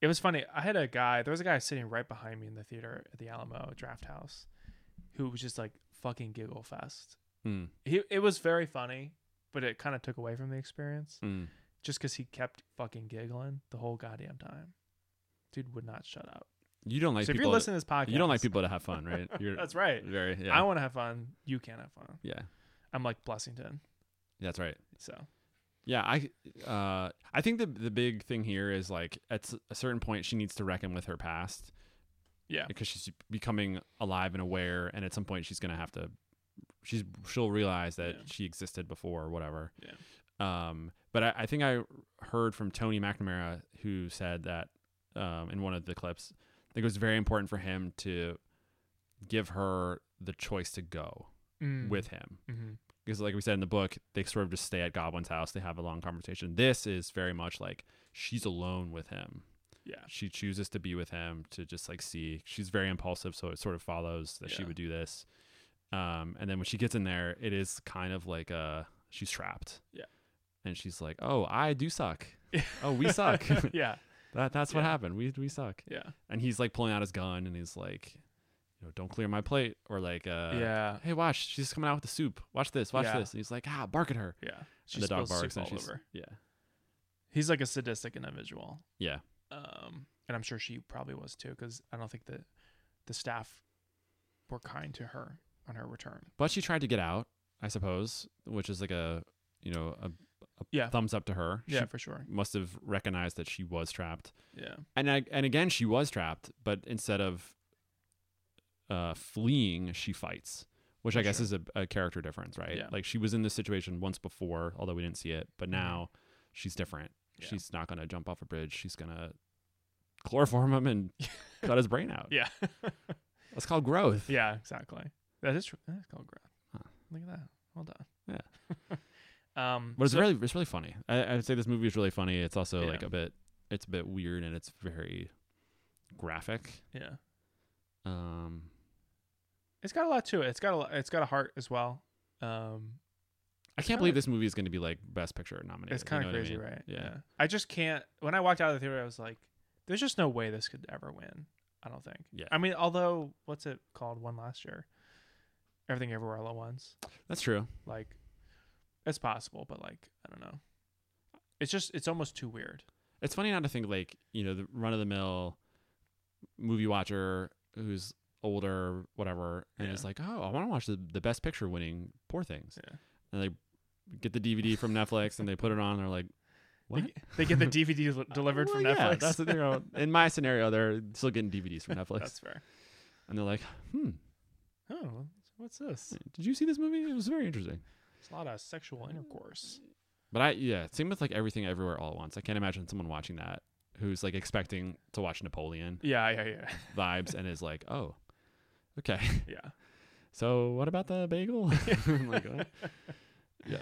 [SPEAKER 2] it was funny. I had a guy. There was a guy sitting right behind me in the theater at the Alamo Draft House, who was just like fucking giggle fest.
[SPEAKER 1] Mm,
[SPEAKER 2] He it was very funny, but it kind of took away from the experience
[SPEAKER 1] mm.
[SPEAKER 2] just because he kept fucking giggling the whole goddamn time. Dude would not shut up.
[SPEAKER 1] You don't like
[SPEAKER 2] so if
[SPEAKER 1] people.
[SPEAKER 2] you're
[SPEAKER 1] that-
[SPEAKER 2] listening to this podcast,
[SPEAKER 1] You don't like people to have fun, right? You're
[SPEAKER 2] That's right.
[SPEAKER 1] Very yeah.
[SPEAKER 2] I want to have fun. You can't have fun.
[SPEAKER 1] yeah.
[SPEAKER 2] I'm like Blessington.
[SPEAKER 1] That's right.
[SPEAKER 2] So
[SPEAKER 1] Yeah, I uh I think the the big thing here is like at s- a certain point she needs to reckon with her past
[SPEAKER 2] yeah,
[SPEAKER 1] because she's becoming alive and aware and at some point she's going to have to she's she'll realize that
[SPEAKER 2] Yeah.
[SPEAKER 1] she existed before or whatever.
[SPEAKER 2] Yeah.
[SPEAKER 1] Um but I, I think I heard from Tony McNamara who said that um in one of the clips I think it was very important for him to give her the choice to go with him.
[SPEAKER 2] hmm
[SPEAKER 1] because like we said in the book they sort of just stay at goblin's house they have a long conversation this is very much like she's alone with him
[SPEAKER 2] yeah,
[SPEAKER 1] she chooses to be with him to just like see she's very impulsive so it sort of follows that she
[SPEAKER 2] Yeah.
[SPEAKER 1] would do this um and then when she gets in there it is kind of like uh she's trapped
[SPEAKER 2] Yeah.
[SPEAKER 1] and she's like oh i do suck oh we suck that
[SPEAKER 2] yeah,
[SPEAKER 1] that's what
[SPEAKER 2] Yeah.
[SPEAKER 1] happened we we suck
[SPEAKER 2] yeah,
[SPEAKER 1] and he's like pulling out his gun and he's like you know don't clear my plate or like uh
[SPEAKER 2] yeah.
[SPEAKER 1] hey watch she's coming out with the soup watch this watch
[SPEAKER 2] Yeah.
[SPEAKER 1] this and he's like ah bark at her
[SPEAKER 2] Yeah. She
[SPEAKER 1] and the dog
[SPEAKER 2] spills
[SPEAKER 1] barks
[SPEAKER 2] soup
[SPEAKER 1] and
[SPEAKER 2] all
[SPEAKER 1] she's
[SPEAKER 2] over.
[SPEAKER 1] yeah
[SPEAKER 2] He's like a sadistic individual.
[SPEAKER 1] yeah
[SPEAKER 2] Um, and I'm sure she probably was too, because I don't think that the staff were kind to her on her return.
[SPEAKER 1] but she tried to get out i suppose which is like a you know a, a
[SPEAKER 2] Yeah.
[SPEAKER 1] thumbs up to her
[SPEAKER 2] Yeah,
[SPEAKER 1] she
[SPEAKER 2] for sure.
[SPEAKER 1] must have recognized that she was trapped
[SPEAKER 2] Yeah.
[SPEAKER 1] and I, and again she was trapped but instead of uh fleeing she fights which I guess
[SPEAKER 2] Sure.
[SPEAKER 1] is a, a character difference, right?
[SPEAKER 2] Yeah. Mm-hmm.
[SPEAKER 1] Like she was in this situation once before, although we didn't see it, but now she's different.
[SPEAKER 2] Yeah.
[SPEAKER 1] She's not going to jump off a bridge. She's going to chloroform him and cut his brain out.
[SPEAKER 2] Yeah.
[SPEAKER 1] That's called growth.
[SPEAKER 2] yeah, exactly. That is true. That's called growth. Look at that. Well done. Yeah. um,
[SPEAKER 1] But it's
[SPEAKER 2] so-
[SPEAKER 1] really it's really funny. I, I'd say this movie is really funny. It's also like
[SPEAKER 2] Yeah.
[SPEAKER 1] a bit it's a bit weird and it's very graphic.
[SPEAKER 2] yeah.
[SPEAKER 1] Um
[SPEAKER 2] It's got a lot to it. It's got a lot, it's got a heart as well. Um,
[SPEAKER 1] I can't
[SPEAKER 2] kinda-
[SPEAKER 1] believe this movie is going to be like best picture nominated.
[SPEAKER 2] it's kind of
[SPEAKER 1] you know what I
[SPEAKER 2] crazy,
[SPEAKER 1] mean?
[SPEAKER 2] right?
[SPEAKER 1] Yeah.
[SPEAKER 2] I just can't. When I walked out of the theater, I was like, "There's just no way this could ever win." I don't think.
[SPEAKER 1] Yeah.
[SPEAKER 2] I mean, although what's it called? One last year, everything everywhere all at once.
[SPEAKER 1] That's true.
[SPEAKER 2] Like, it's possible, but like, I don't know. It's just, it's almost too weird.
[SPEAKER 1] It's funny not to think like, you know, the run of the mill movie watcher who's older whatever and
[SPEAKER 2] Yeah.
[SPEAKER 1] is like, "Oh, I want to watch the, the best picture winning Poor Things."
[SPEAKER 2] Yeah.
[SPEAKER 1] And they get the DVD from Netflix and they put it on and they're like, "What?"
[SPEAKER 2] They, they get the DVD del- delivered from
[SPEAKER 1] Well,
[SPEAKER 2] Netflix.
[SPEAKER 1] yeah, that's, you know, in my scenario, they're still getting DVDs from Netflix.
[SPEAKER 2] That's fair.
[SPEAKER 1] and they're like, "Hmm,
[SPEAKER 2] Oh, what's this?
[SPEAKER 1] did you see this movie? It was very interesting."
[SPEAKER 2] It's a lot of sexual intercourse.
[SPEAKER 1] But I, yeah, same with like everything, everywhere, all at once. I can't imagine someone watching that who's like expecting to watch Napoleon
[SPEAKER 2] Yeah, yeah, yeah,
[SPEAKER 1] vibes and is like, "Oh, okay,
[SPEAKER 2] yeah,
[SPEAKER 1] so what about the bagel?" I'm like, "What?" yeah,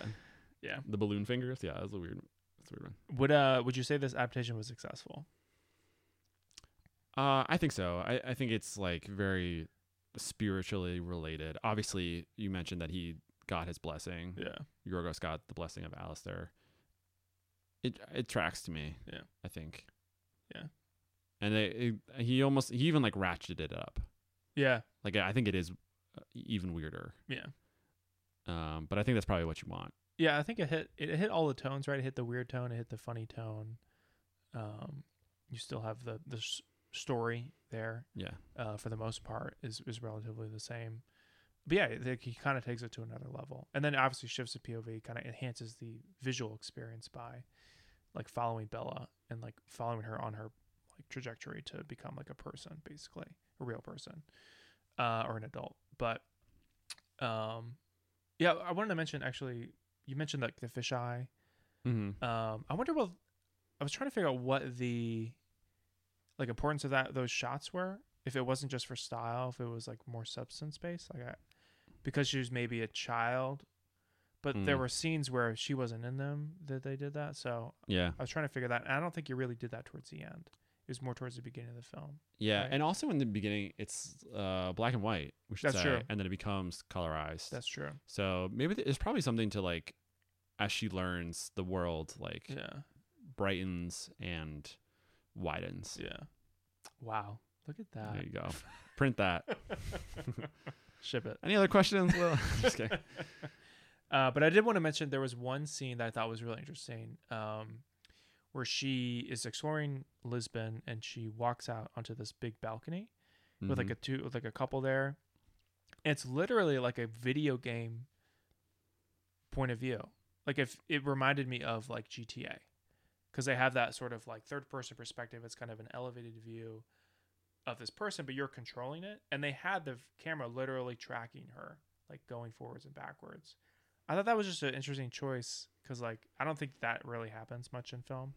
[SPEAKER 2] yeah.
[SPEAKER 1] the balloon fingers. Yeah, that's a weird, that's a weird one.
[SPEAKER 2] Would uh, would you say this adaptation was successful?
[SPEAKER 1] Uh, I think so. I, I think it's like very spiritually related. Obviously, you mentioned that he got his blessing.
[SPEAKER 2] Yeah,
[SPEAKER 1] Yorgos got the blessing of Alistair. It it tracks to me.
[SPEAKER 2] Yeah.
[SPEAKER 1] I think.
[SPEAKER 2] Yeah.
[SPEAKER 1] And they it- he almost he even like ratcheted it up.
[SPEAKER 2] yeah,
[SPEAKER 1] Like I think it is uh, even weirder.
[SPEAKER 2] yeah.
[SPEAKER 1] Um, but I think that's probably what you want.
[SPEAKER 2] Yeah, I think it hit it hit all the tones right. It hit the weird tone, it hit the funny tone. Um, you still have the the s- story there
[SPEAKER 1] Yeah.
[SPEAKER 2] uh, for the most part is is relatively the same. But yeah, I think he kind of takes it to another level, and then obviously shifts the POV, kind of enhances the visual experience by like following Bella and like following her on her like trajectory to become like a person, basically a real person uh, or an adult. But Um, yeah, I wanted to mention actually. You mentioned like the fisheye.
[SPEAKER 1] Mm-hmm.
[SPEAKER 2] Um, I wonder what I was trying to figure out what the like importance of that those shots were. If it wasn't just for style, if it was like more substance based, like I, because she was maybe a child, but there
[SPEAKER 1] Mm.
[SPEAKER 2] were scenes where she wasn't in them that they did that. So
[SPEAKER 1] Yeah.
[SPEAKER 2] I was trying to figure that. And I don't think you really did that towards the end. It was more towards the beginning of the film.
[SPEAKER 1] Yeah,
[SPEAKER 2] right?
[SPEAKER 1] and also in the beginning, it's uh, black and white. We should
[SPEAKER 2] That's
[SPEAKER 1] say,
[SPEAKER 2] true.
[SPEAKER 1] and then it becomes colorized.
[SPEAKER 2] That's true.
[SPEAKER 1] so maybe th- it's probably something to like, as she learns the world, like
[SPEAKER 2] Yeah.
[SPEAKER 1] brightens and widens.
[SPEAKER 2] Yeah. Wow. Look at that.
[SPEAKER 1] There you go. Print that.
[SPEAKER 2] Ship it.
[SPEAKER 1] Any other questions? Well, just kidding.
[SPEAKER 2] Uh, but I did want to mention there was one scene that I thought was really interesting, um, where she is exploring Lisbon and she walks out onto this big balcony with like
[SPEAKER 1] Mhm.
[SPEAKER 2] a two with like a couple there. And it's literally like a video game point of view. Like if it reminded me of like GTA, because they have that sort of like third person perspective. It's kind of an elevated view of this person, but you're controlling it. And they had the camera literally tracking her, like going forwards and backwards. I thought that was just an interesting choice because, like, I don't think that really happens much in film.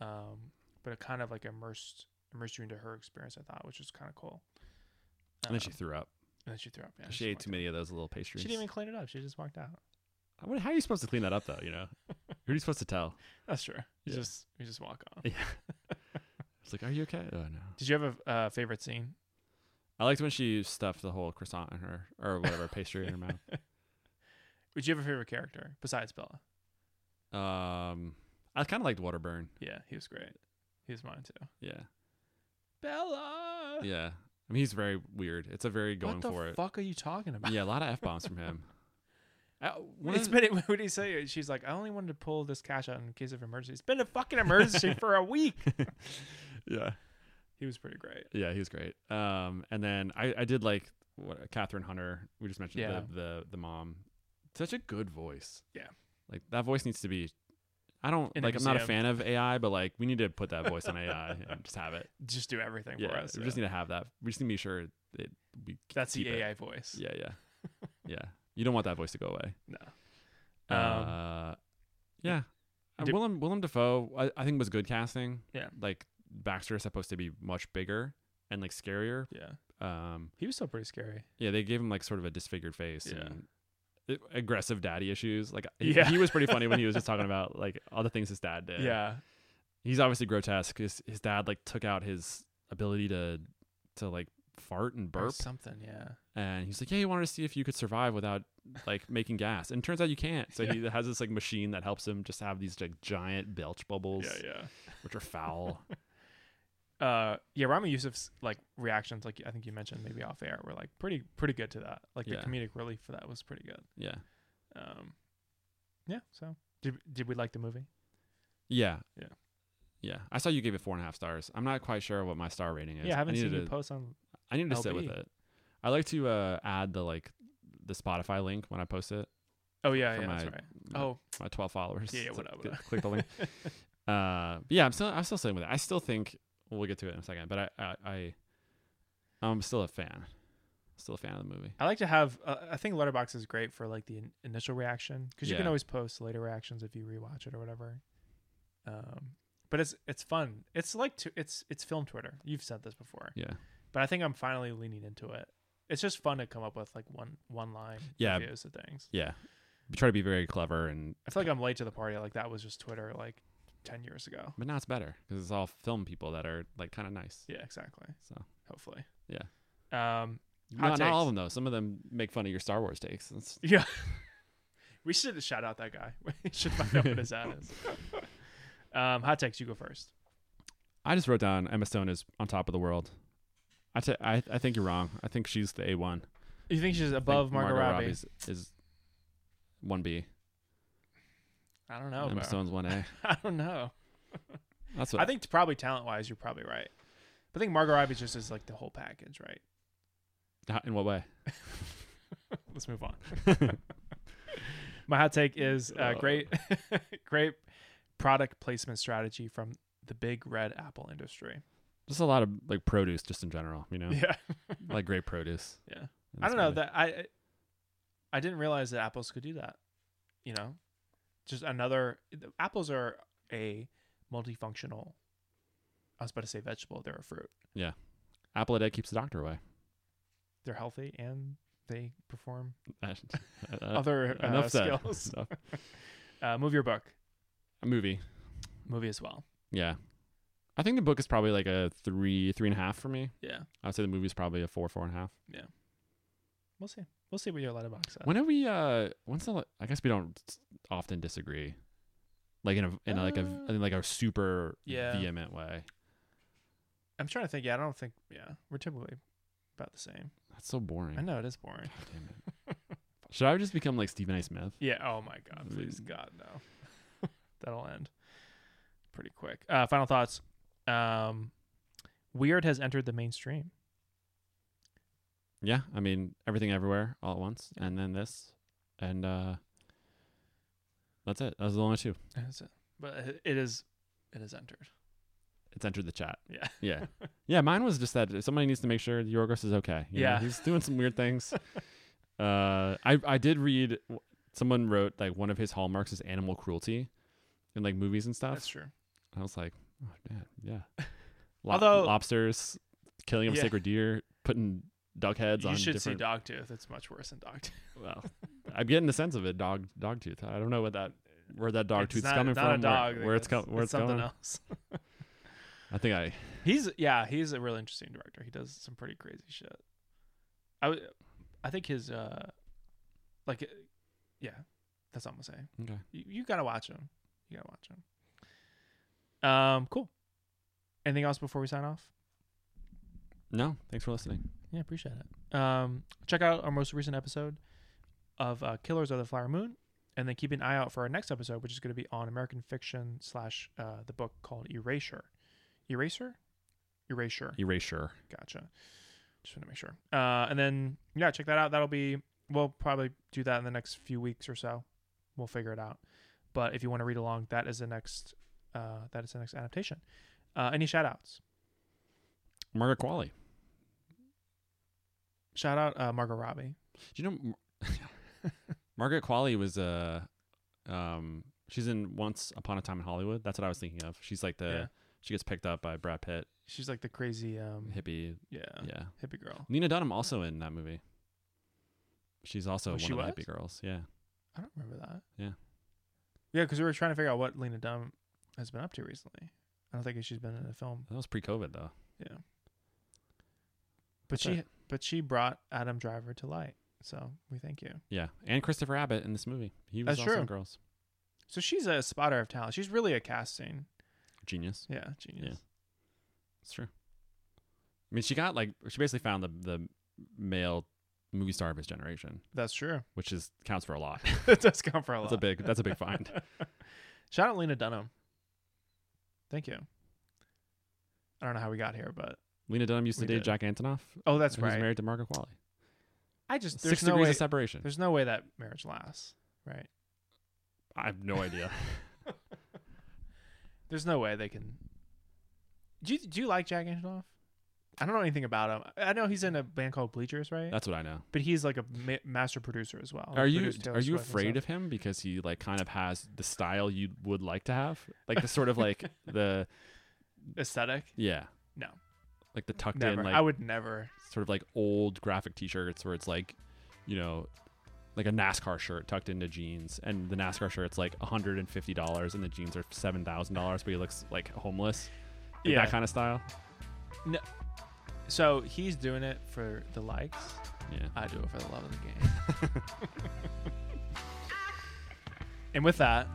[SPEAKER 2] Um, but it kind of like immersed immersed you into her experience. I thought, which was kind of cool.
[SPEAKER 1] and then she
[SPEAKER 2] Um,
[SPEAKER 1] threw up.
[SPEAKER 2] and then she threw up. Yeah,
[SPEAKER 1] she
[SPEAKER 2] just
[SPEAKER 1] ate
[SPEAKER 2] walked
[SPEAKER 1] too
[SPEAKER 2] out.
[SPEAKER 1] many of those little pastries.
[SPEAKER 2] She didn't even clean it up. She just walked out.
[SPEAKER 1] I wonder- How are you supposed to clean that up though? You know, who are you supposed to tell?
[SPEAKER 2] That's true. You
[SPEAKER 1] Yeah.
[SPEAKER 2] just you just walk on.
[SPEAKER 1] Yeah. It's like, are you okay? Oh no.
[SPEAKER 2] Did you have a uh, favorite scene?
[SPEAKER 1] I liked when she stuffed the whole croissant in her or whatever pastry in her mouth.
[SPEAKER 2] Would you have a favorite character besides Bella?
[SPEAKER 1] Um, I kind of liked Waterburn.
[SPEAKER 2] Yeah, he was great. He was mine too.
[SPEAKER 1] Yeah,
[SPEAKER 2] Bella.
[SPEAKER 1] yeah. I mean, he's very weird. It's a very going
[SPEAKER 2] what the
[SPEAKER 1] for it.
[SPEAKER 2] fuck are you talking about?
[SPEAKER 1] Yeah, a lot of f bombs from him. Uh, one of
[SPEAKER 2] It's
[SPEAKER 1] the-
[SPEAKER 2] been. a- What did he say? She's like, I only wanted to pull this cash out in case of emergency. It's been a fucking emergency for a week.
[SPEAKER 1] yeah,
[SPEAKER 2] He was pretty great.
[SPEAKER 1] yeah. He was great. Um, and then I, I did like what Catherine Hunter. We just mentioned
[SPEAKER 2] Yeah.
[SPEAKER 1] the, the the mom. Such a good voice.
[SPEAKER 2] Yeah.
[SPEAKER 1] like that voice needs to be. I don't
[SPEAKER 2] In a
[SPEAKER 1] like. I'm not a
[SPEAKER 2] museum.
[SPEAKER 1] fan of AI, but like we need to put that voice on AI and just have it.
[SPEAKER 2] Just do everything
[SPEAKER 1] Yeah,
[SPEAKER 2] for us.
[SPEAKER 1] we
[SPEAKER 2] yeah.
[SPEAKER 1] just need to have that. We just need to be sure it. We
[SPEAKER 2] That's the
[SPEAKER 1] keep it.
[SPEAKER 2] AI voice.
[SPEAKER 1] Yeah, yeah, yeah. You don't want that voice to go away.
[SPEAKER 2] No. Um,
[SPEAKER 1] uh, yeah. Uh,
[SPEAKER 2] did-
[SPEAKER 1] Willem Willem Dafoe, I, I think was good casting.
[SPEAKER 2] Yeah.
[SPEAKER 1] Like Baxter is supposed to be much bigger and like scarier.
[SPEAKER 2] Yeah.
[SPEAKER 1] Um,
[SPEAKER 2] He was still pretty scary.
[SPEAKER 1] yeah, they gave him like sort of a disfigured face
[SPEAKER 2] Yeah.
[SPEAKER 1] and uh, aggressive daddy issues. Like he,
[SPEAKER 2] Yeah.
[SPEAKER 1] he was pretty funny when he was just talking about like all the things his dad did.
[SPEAKER 2] Yeah.
[SPEAKER 1] He's obviously grotesque. His his dad like took out his ability to to like fart and
[SPEAKER 2] Or
[SPEAKER 1] burp
[SPEAKER 2] something. Yeah.
[SPEAKER 1] and he's like, "Yeah, he wanted to see if you could survive without like making gas." And it turns out you can't. So he has this like machine that helps him just have these like giant belch bubbles,
[SPEAKER 2] Yeah.
[SPEAKER 1] which are foul.
[SPEAKER 2] Yeah. Uh, yeah. Rami Yusuf's like reactions, like I think you mentioned maybe off air, were like pretty pretty good to that. Like
[SPEAKER 1] Yeah.
[SPEAKER 2] the comedic relief for that was pretty good.
[SPEAKER 1] yeah,
[SPEAKER 2] Um, yeah. So did did we like the movie?
[SPEAKER 1] yeah,
[SPEAKER 2] Yeah.
[SPEAKER 1] yeah. I saw you gave it four and a half stars. I'm not quite sure what my star rating is.
[SPEAKER 2] Yeah. I haven't
[SPEAKER 1] needed
[SPEAKER 2] seen you
[SPEAKER 1] to,
[SPEAKER 2] post on.
[SPEAKER 1] I need to sit with
[SPEAKER 2] LB.
[SPEAKER 1] it. I like to uh, add the like the Spotify link when I post it.
[SPEAKER 2] Oh yeah.
[SPEAKER 1] for
[SPEAKER 2] Yeah. That's
[SPEAKER 1] my-
[SPEAKER 2] right.
[SPEAKER 1] my-
[SPEAKER 2] Oh
[SPEAKER 1] my 12 followers.
[SPEAKER 2] Yeah, yeah,
[SPEAKER 1] So
[SPEAKER 2] what up, what
[SPEAKER 1] click-
[SPEAKER 2] up.
[SPEAKER 1] click the link. uh, but yeah, I'm still I'm still sitting with it. I still think we'll get to it in a second, but I I, I I'm still a fan, still a fan of the movie.
[SPEAKER 2] I like to have. Uh, I think Letterbox is great for like the in- initial reaction because you can
[SPEAKER 1] Yeah.
[SPEAKER 2] always post later reactions if you rewatch it or whatever. Um, but it's it's fun. It's like to, it's it's film Twitter. You've said this before,
[SPEAKER 1] Yeah,
[SPEAKER 2] but I think I'm finally leaning into it. It's just fun to come up with like one one line
[SPEAKER 1] Yeah.
[SPEAKER 2] reviews of things.
[SPEAKER 1] yeah. We try to be very clever, and
[SPEAKER 2] I feel like I'm late to the party. Like that was just Twitter like ten years ago.
[SPEAKER 1] but now it's better because it's all film people that are like kind of nice.
[SPEAKER 2] Yeah, exactly.
[SPEAKER 1] So
[SPEAKER 2] Hopefully.
[SPEAKER 1] Yeah.
[SPEAKER 2] Um. Hot
[SPEAKER 1] not, not all of
[SPEAKER 2] takes.
[SPEAKER 1] them though. Some of them make fun of your Star Wars takes. It's-
[SPEAKER 2] Yeah. we should shout out that guy. We should find out what his ad is. um, hot takes, you go first.
[SPEAKER 1] I just wrote down Emma Stone is on top of the world. I ta- I I think you're wrong. I think she's the A one.
[SPEAKER 2] You think she's above Margot, Robbie?
[SPEAKER 1] is, is one B.
[SPEAKER 2] I don't know.
[SPEAKER 1] Emma
[SPEAKER 2] bro.
[SPEAKER 1] Stone's one A.
[SPEAKER 2] I don't know.
[SPEAKER 1] That's what
[SPEAKER 2] Oh, I think probably talent wise, you're probably right. But I think Margot Robbie just is like the whole package, right?
[SPEAKER 1] How- In what way?
[SPEAKER 2] Let's move on. My hot take is uh,
[SPEAKER 1] Uh.
[SPEAKER 2] great, great product placement strategy from the big red apple industry.
[SPEAKER 1] Just a lot of like produce, just in general, you know,
[SPEAKER 2] Yeah,
[SPEAKER 1] like great produce.
[SPEAKER 2] yeah.
[SPEAKER 1] in
[SPEAKER 2] I
[SPEAKER 1] this
[SPEAKER 2] don't know
[SPEAKER 1] movie.
[SPEAKER 2] that I I didn't realize that apples could do that. You know, just another apples are a multifunctional. I was about to say vegetable. They're a fruit.
[SPEAKER 1] Apple a day keeps the doctor away.
[SPEAKER 2] They're healthy and they perform
[SPEAKER 1] That- uh,
[SPEAKER 2] other uh,
[SPEAKER 1] enough said.
[SPEAKER 2] skills.
[SPEAKER 1] Enough.
[SPEAKER 2] Uh, move your book
[SPEAKER 1] A movie.
[SPEAKER 2] movie as well.
[SPEAKER 1] Yeah. I think the book is probably like a three, three and a half for me.
[SPEAKER 2] Yeah,
[SPEAKER 1] I would say the movie's probably a four, four and a half.
[SPEAKER 2] we'll see. We'll see what your letterbox says.
[SPEAKER 1] When have we? Uh, when's the? la- I guess we don't s- often disagree, like in a in a, like a
[SPEAKER 2] Uh,
[SPEAKER 1] in like a super
[SPEAKER 2] yeah.
[SPEAKER 1] vehement way.
[SPEAKER 2] I'm trying to think. Yeah, I don't think. Yeah, we're typically about the same.
[SPEAKER 1] That's so boring.
[SPEAKER 2] I know it is boring.
[SPEAKER 1] God damn it. Should I just become like Stephen A. Smith?
[SPEAKER 2] Yeah. Oh my God. Please,
[SPEAKER 1] Mm.
[SPEAKER 2] God, no. That'll end pretty quick. Uh, final thoughts. Um, Weird has entered the mainstream.
[SPEAKER 1] Yeah, I mean everything everywhere all at once, and then this, and uh, that's it. That was the only two.
[SPEAKER 2] That's it. But it- it is, it has entered.
[SPEAKER 1] It's entered the chat.
[SPEAKER 2] Yeah.
[SPEAKER 1] Yeah, yeah. Mine was just that somebody needs to make sure Yorgos is okay. you know?
[SPEAKER 2] Yeah.
[SPEAKER 1] he's doing some weird things. Uh, I I did read w- someone wrote like one of his hallmarks is animal cruelty, in like movies and stuff.
[SPEAKER 2] That's true.
[SPEAKER 1] I was like, oh man, yeah.
[SPEAKER 2] Although-
[SPEAKER 1] Although lobsters, killing of
[SPEAKER 2] Yeah.
[SPEAKER 1] sacred deer, putting duck heads
[SPEAKER 2] You
[SPEAKER 1] on.
[SPEAKER 2] should
[SPEAKER 1] different,
[SPEAKER 2] see Dogtooth. It's much worse than Dogtooth.
[SPEAKER 1] Well, I'm getting the sense of it. Dog, dog tooth. I don't know what that, where that dog
[SPEAKER 2] It's
[SPEAKER 1] tooth's
[SPEAKER 2] not-
[SPEAKER 1] coming
[SPEAKER 2] not a
[SPEAKER 1] from. where-
[SPEAKER 2] dog
[SPEAKER 1] where,
[SPEAKER 2] thing.
[SPEAKER 1] it's coming, where it's,
[SPEAKER 2] something
[SPEAKER 1] going.
[SPEAKER 2] else.
[SPEAKER 1] I think I.
[SPEAKER 2] He's yeah, he's a real interesting director. He does some pretty crazy shit. I w- I think his uh, like, uh, yeah, that's all I'm gonna say.
[SPEAKER 1] Okay.
[SPEAKER 2] You, you gotta watch him. You gotta watch him. Um, cool. Anything else before we sign off?
[SPEAKER 1] No, thanks for listening.
[SPEAKER 2] Yeah, appreciate it. Um, check out our most recent episode of uh, Killers of the Flower Moon, and then keep an eye out for our next episode, which is going to be on American fiction slash uh, the book called Erasure. Eraser, Erasure.
[SPEAKER 1] Erasure.
[SPEAKER 2] Gotcha. Just want to make sure. Uh, and then yeah, check that out. That'll be we'll probably do that in the next few weeks or so. We'll figure it out. But if you want to read along, that is the next uh, that is the next adaptation. Uh, any shout outs?
[SPEAKER 1] Margaret Qualley.
[SPEAKER 2] Shout out uh, Margot Robbie.
[SPEAKER 1] Do you know Mar- Margaret Qualley was a, um, she's in Once Upon a Time in Hollywood. That's what I was thinking of. She's like the,
[SPEAKER 2] Yeah.
[SPEAKER 1] she gets picked up by Brad Pitt,
[SPEAKER 2] She's like the crazy um,
[SPEAKER 1] hippie.
[SPEAKER 2] yeah,
[SPEAKER 1] yeah.
[SPEAKER 2] hippie girl.
[SPEAKER 1] Nina Dunham also in that movie. She's also
[SPEAKER 2] Oh,
[SPEAKER 1] one
[SPEAKER 2] she
[SPEAKER 1] of the
[SPEAKER 2] was?
[SPEAKER 1] hippie girls. Yeah.
[SPEAKER 2] I don't remember that.
[SPEAKER 1] Yeah.
[SPEAKER 2] Yeah, because we were trying to figure out what Lena Dunham has been up to recently. I don't think she's been in a film,
[SPEAKER 1] That was pre-COVID though.
[SPEAKER 2] but
[SPEAKER 1] That's
[SPEAKER 2] she
[SPEAKER 1] right.
[SPEAKER 2] but she brought Adam Driver to light. So we thank you.
[SPEAKER 1] Yeah, and Christopher Abbott in this movie. He was
[SPEAKER 2] That's
[SPEAKER 1] also
[SPEAKER 2] true.
[SPEAKER 1] in Girls.
[SPEAKER 2] So she's a spotter of talent. She's really a casting.
[SPEAKER 1] Genius.
[SPEAKER 2] Yeah, genius.
[SPEAKER 1] It's true. I mean, she got like she basically found the the male movie star of his generation,
[SPEAKER 2] That's true.
[SPEAKER 1] which is counts for a lot.
[SPEAKER 2] that does come for a lot.
[SPEAKER 1] that's a big that's a big find.
[SPEAKER 2] Shout out Lena Dunham. Thank you. I don't know how we got here, but
[SPEAKER 1] Lena Dunham used to
[SPEAKER 2] We
[SPEAKER 1] date
[SPEAKER 2] did.
[SPEAKER 1] Jack Antonoff.
[SPEAKER 2] oh, that's
[SPEAKER 1] who's
[SPEAKER 2] right.
[SPEAKER 1] married to Margaret Qualley.
[SPEAKER 2] I just there's
[SPEAKER 1] Six
[SPEAKER 2] no
[SPEAKER 1] degrees
[SPEAKER 2] way
[SPEAKER 1] of separation.
[SPEAKER 2] there's no way that marriage lasts, right?
[SPEAKER 1] I have no idea.
[SPEAKER 2] There's no way they can. Do you do you like Jack Antonoff? I don't know anything about him. I know he's in a band called Bleachers, right?
[SPEAKER 1] that's what I know.
[SPEAKER 2] but he's like a ma- master producer as well.
[SPEAKER 1] are
[SPEAKER 2] He
[SPEAKER 1] you
[SPEAKER 2] produced Taylor
[SPEAKER 1] are you
[SPEAKER 2] Swift and stuff.
[SPEAKER 1] afraid of him because he like kind of has the style you would like to have, like the sort of like the
[SPEAKER 2] aesthetic?
[SPEAKER 1] yeah
[SPEAKER 2] No,
[SPEAKER 1] like the tucked
[SPEAKER 2] never.
[SPEAKER 1] in like
[SPEAKER 2] I would never.
[SPEAKER 1] sort of like old graphic t-shirts where it's like you know like a NASCAR shirt tucked into jeans and the NASCAR shirt's like $150 and the jeans are $7,000 but he looks like homeless. Like
[SPEAKER 2] Yeah.
[SPEAKER 1] that kind of style.
[SPEAKER 2] So he's doing it for the likes.
[SPEAKER 1] Yeah.
[SPEAKER 2] I do it for the love of the game. and with that,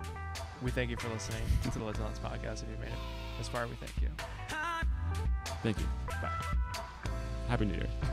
[SPEAKER 2] we thank you for listening to the Legends podcast. If you made it this far, we thank you.
[SPEAKER 1] Thank you.
[SPEAKER 2] Bye.
[SPEAKER 1] Happy New Year.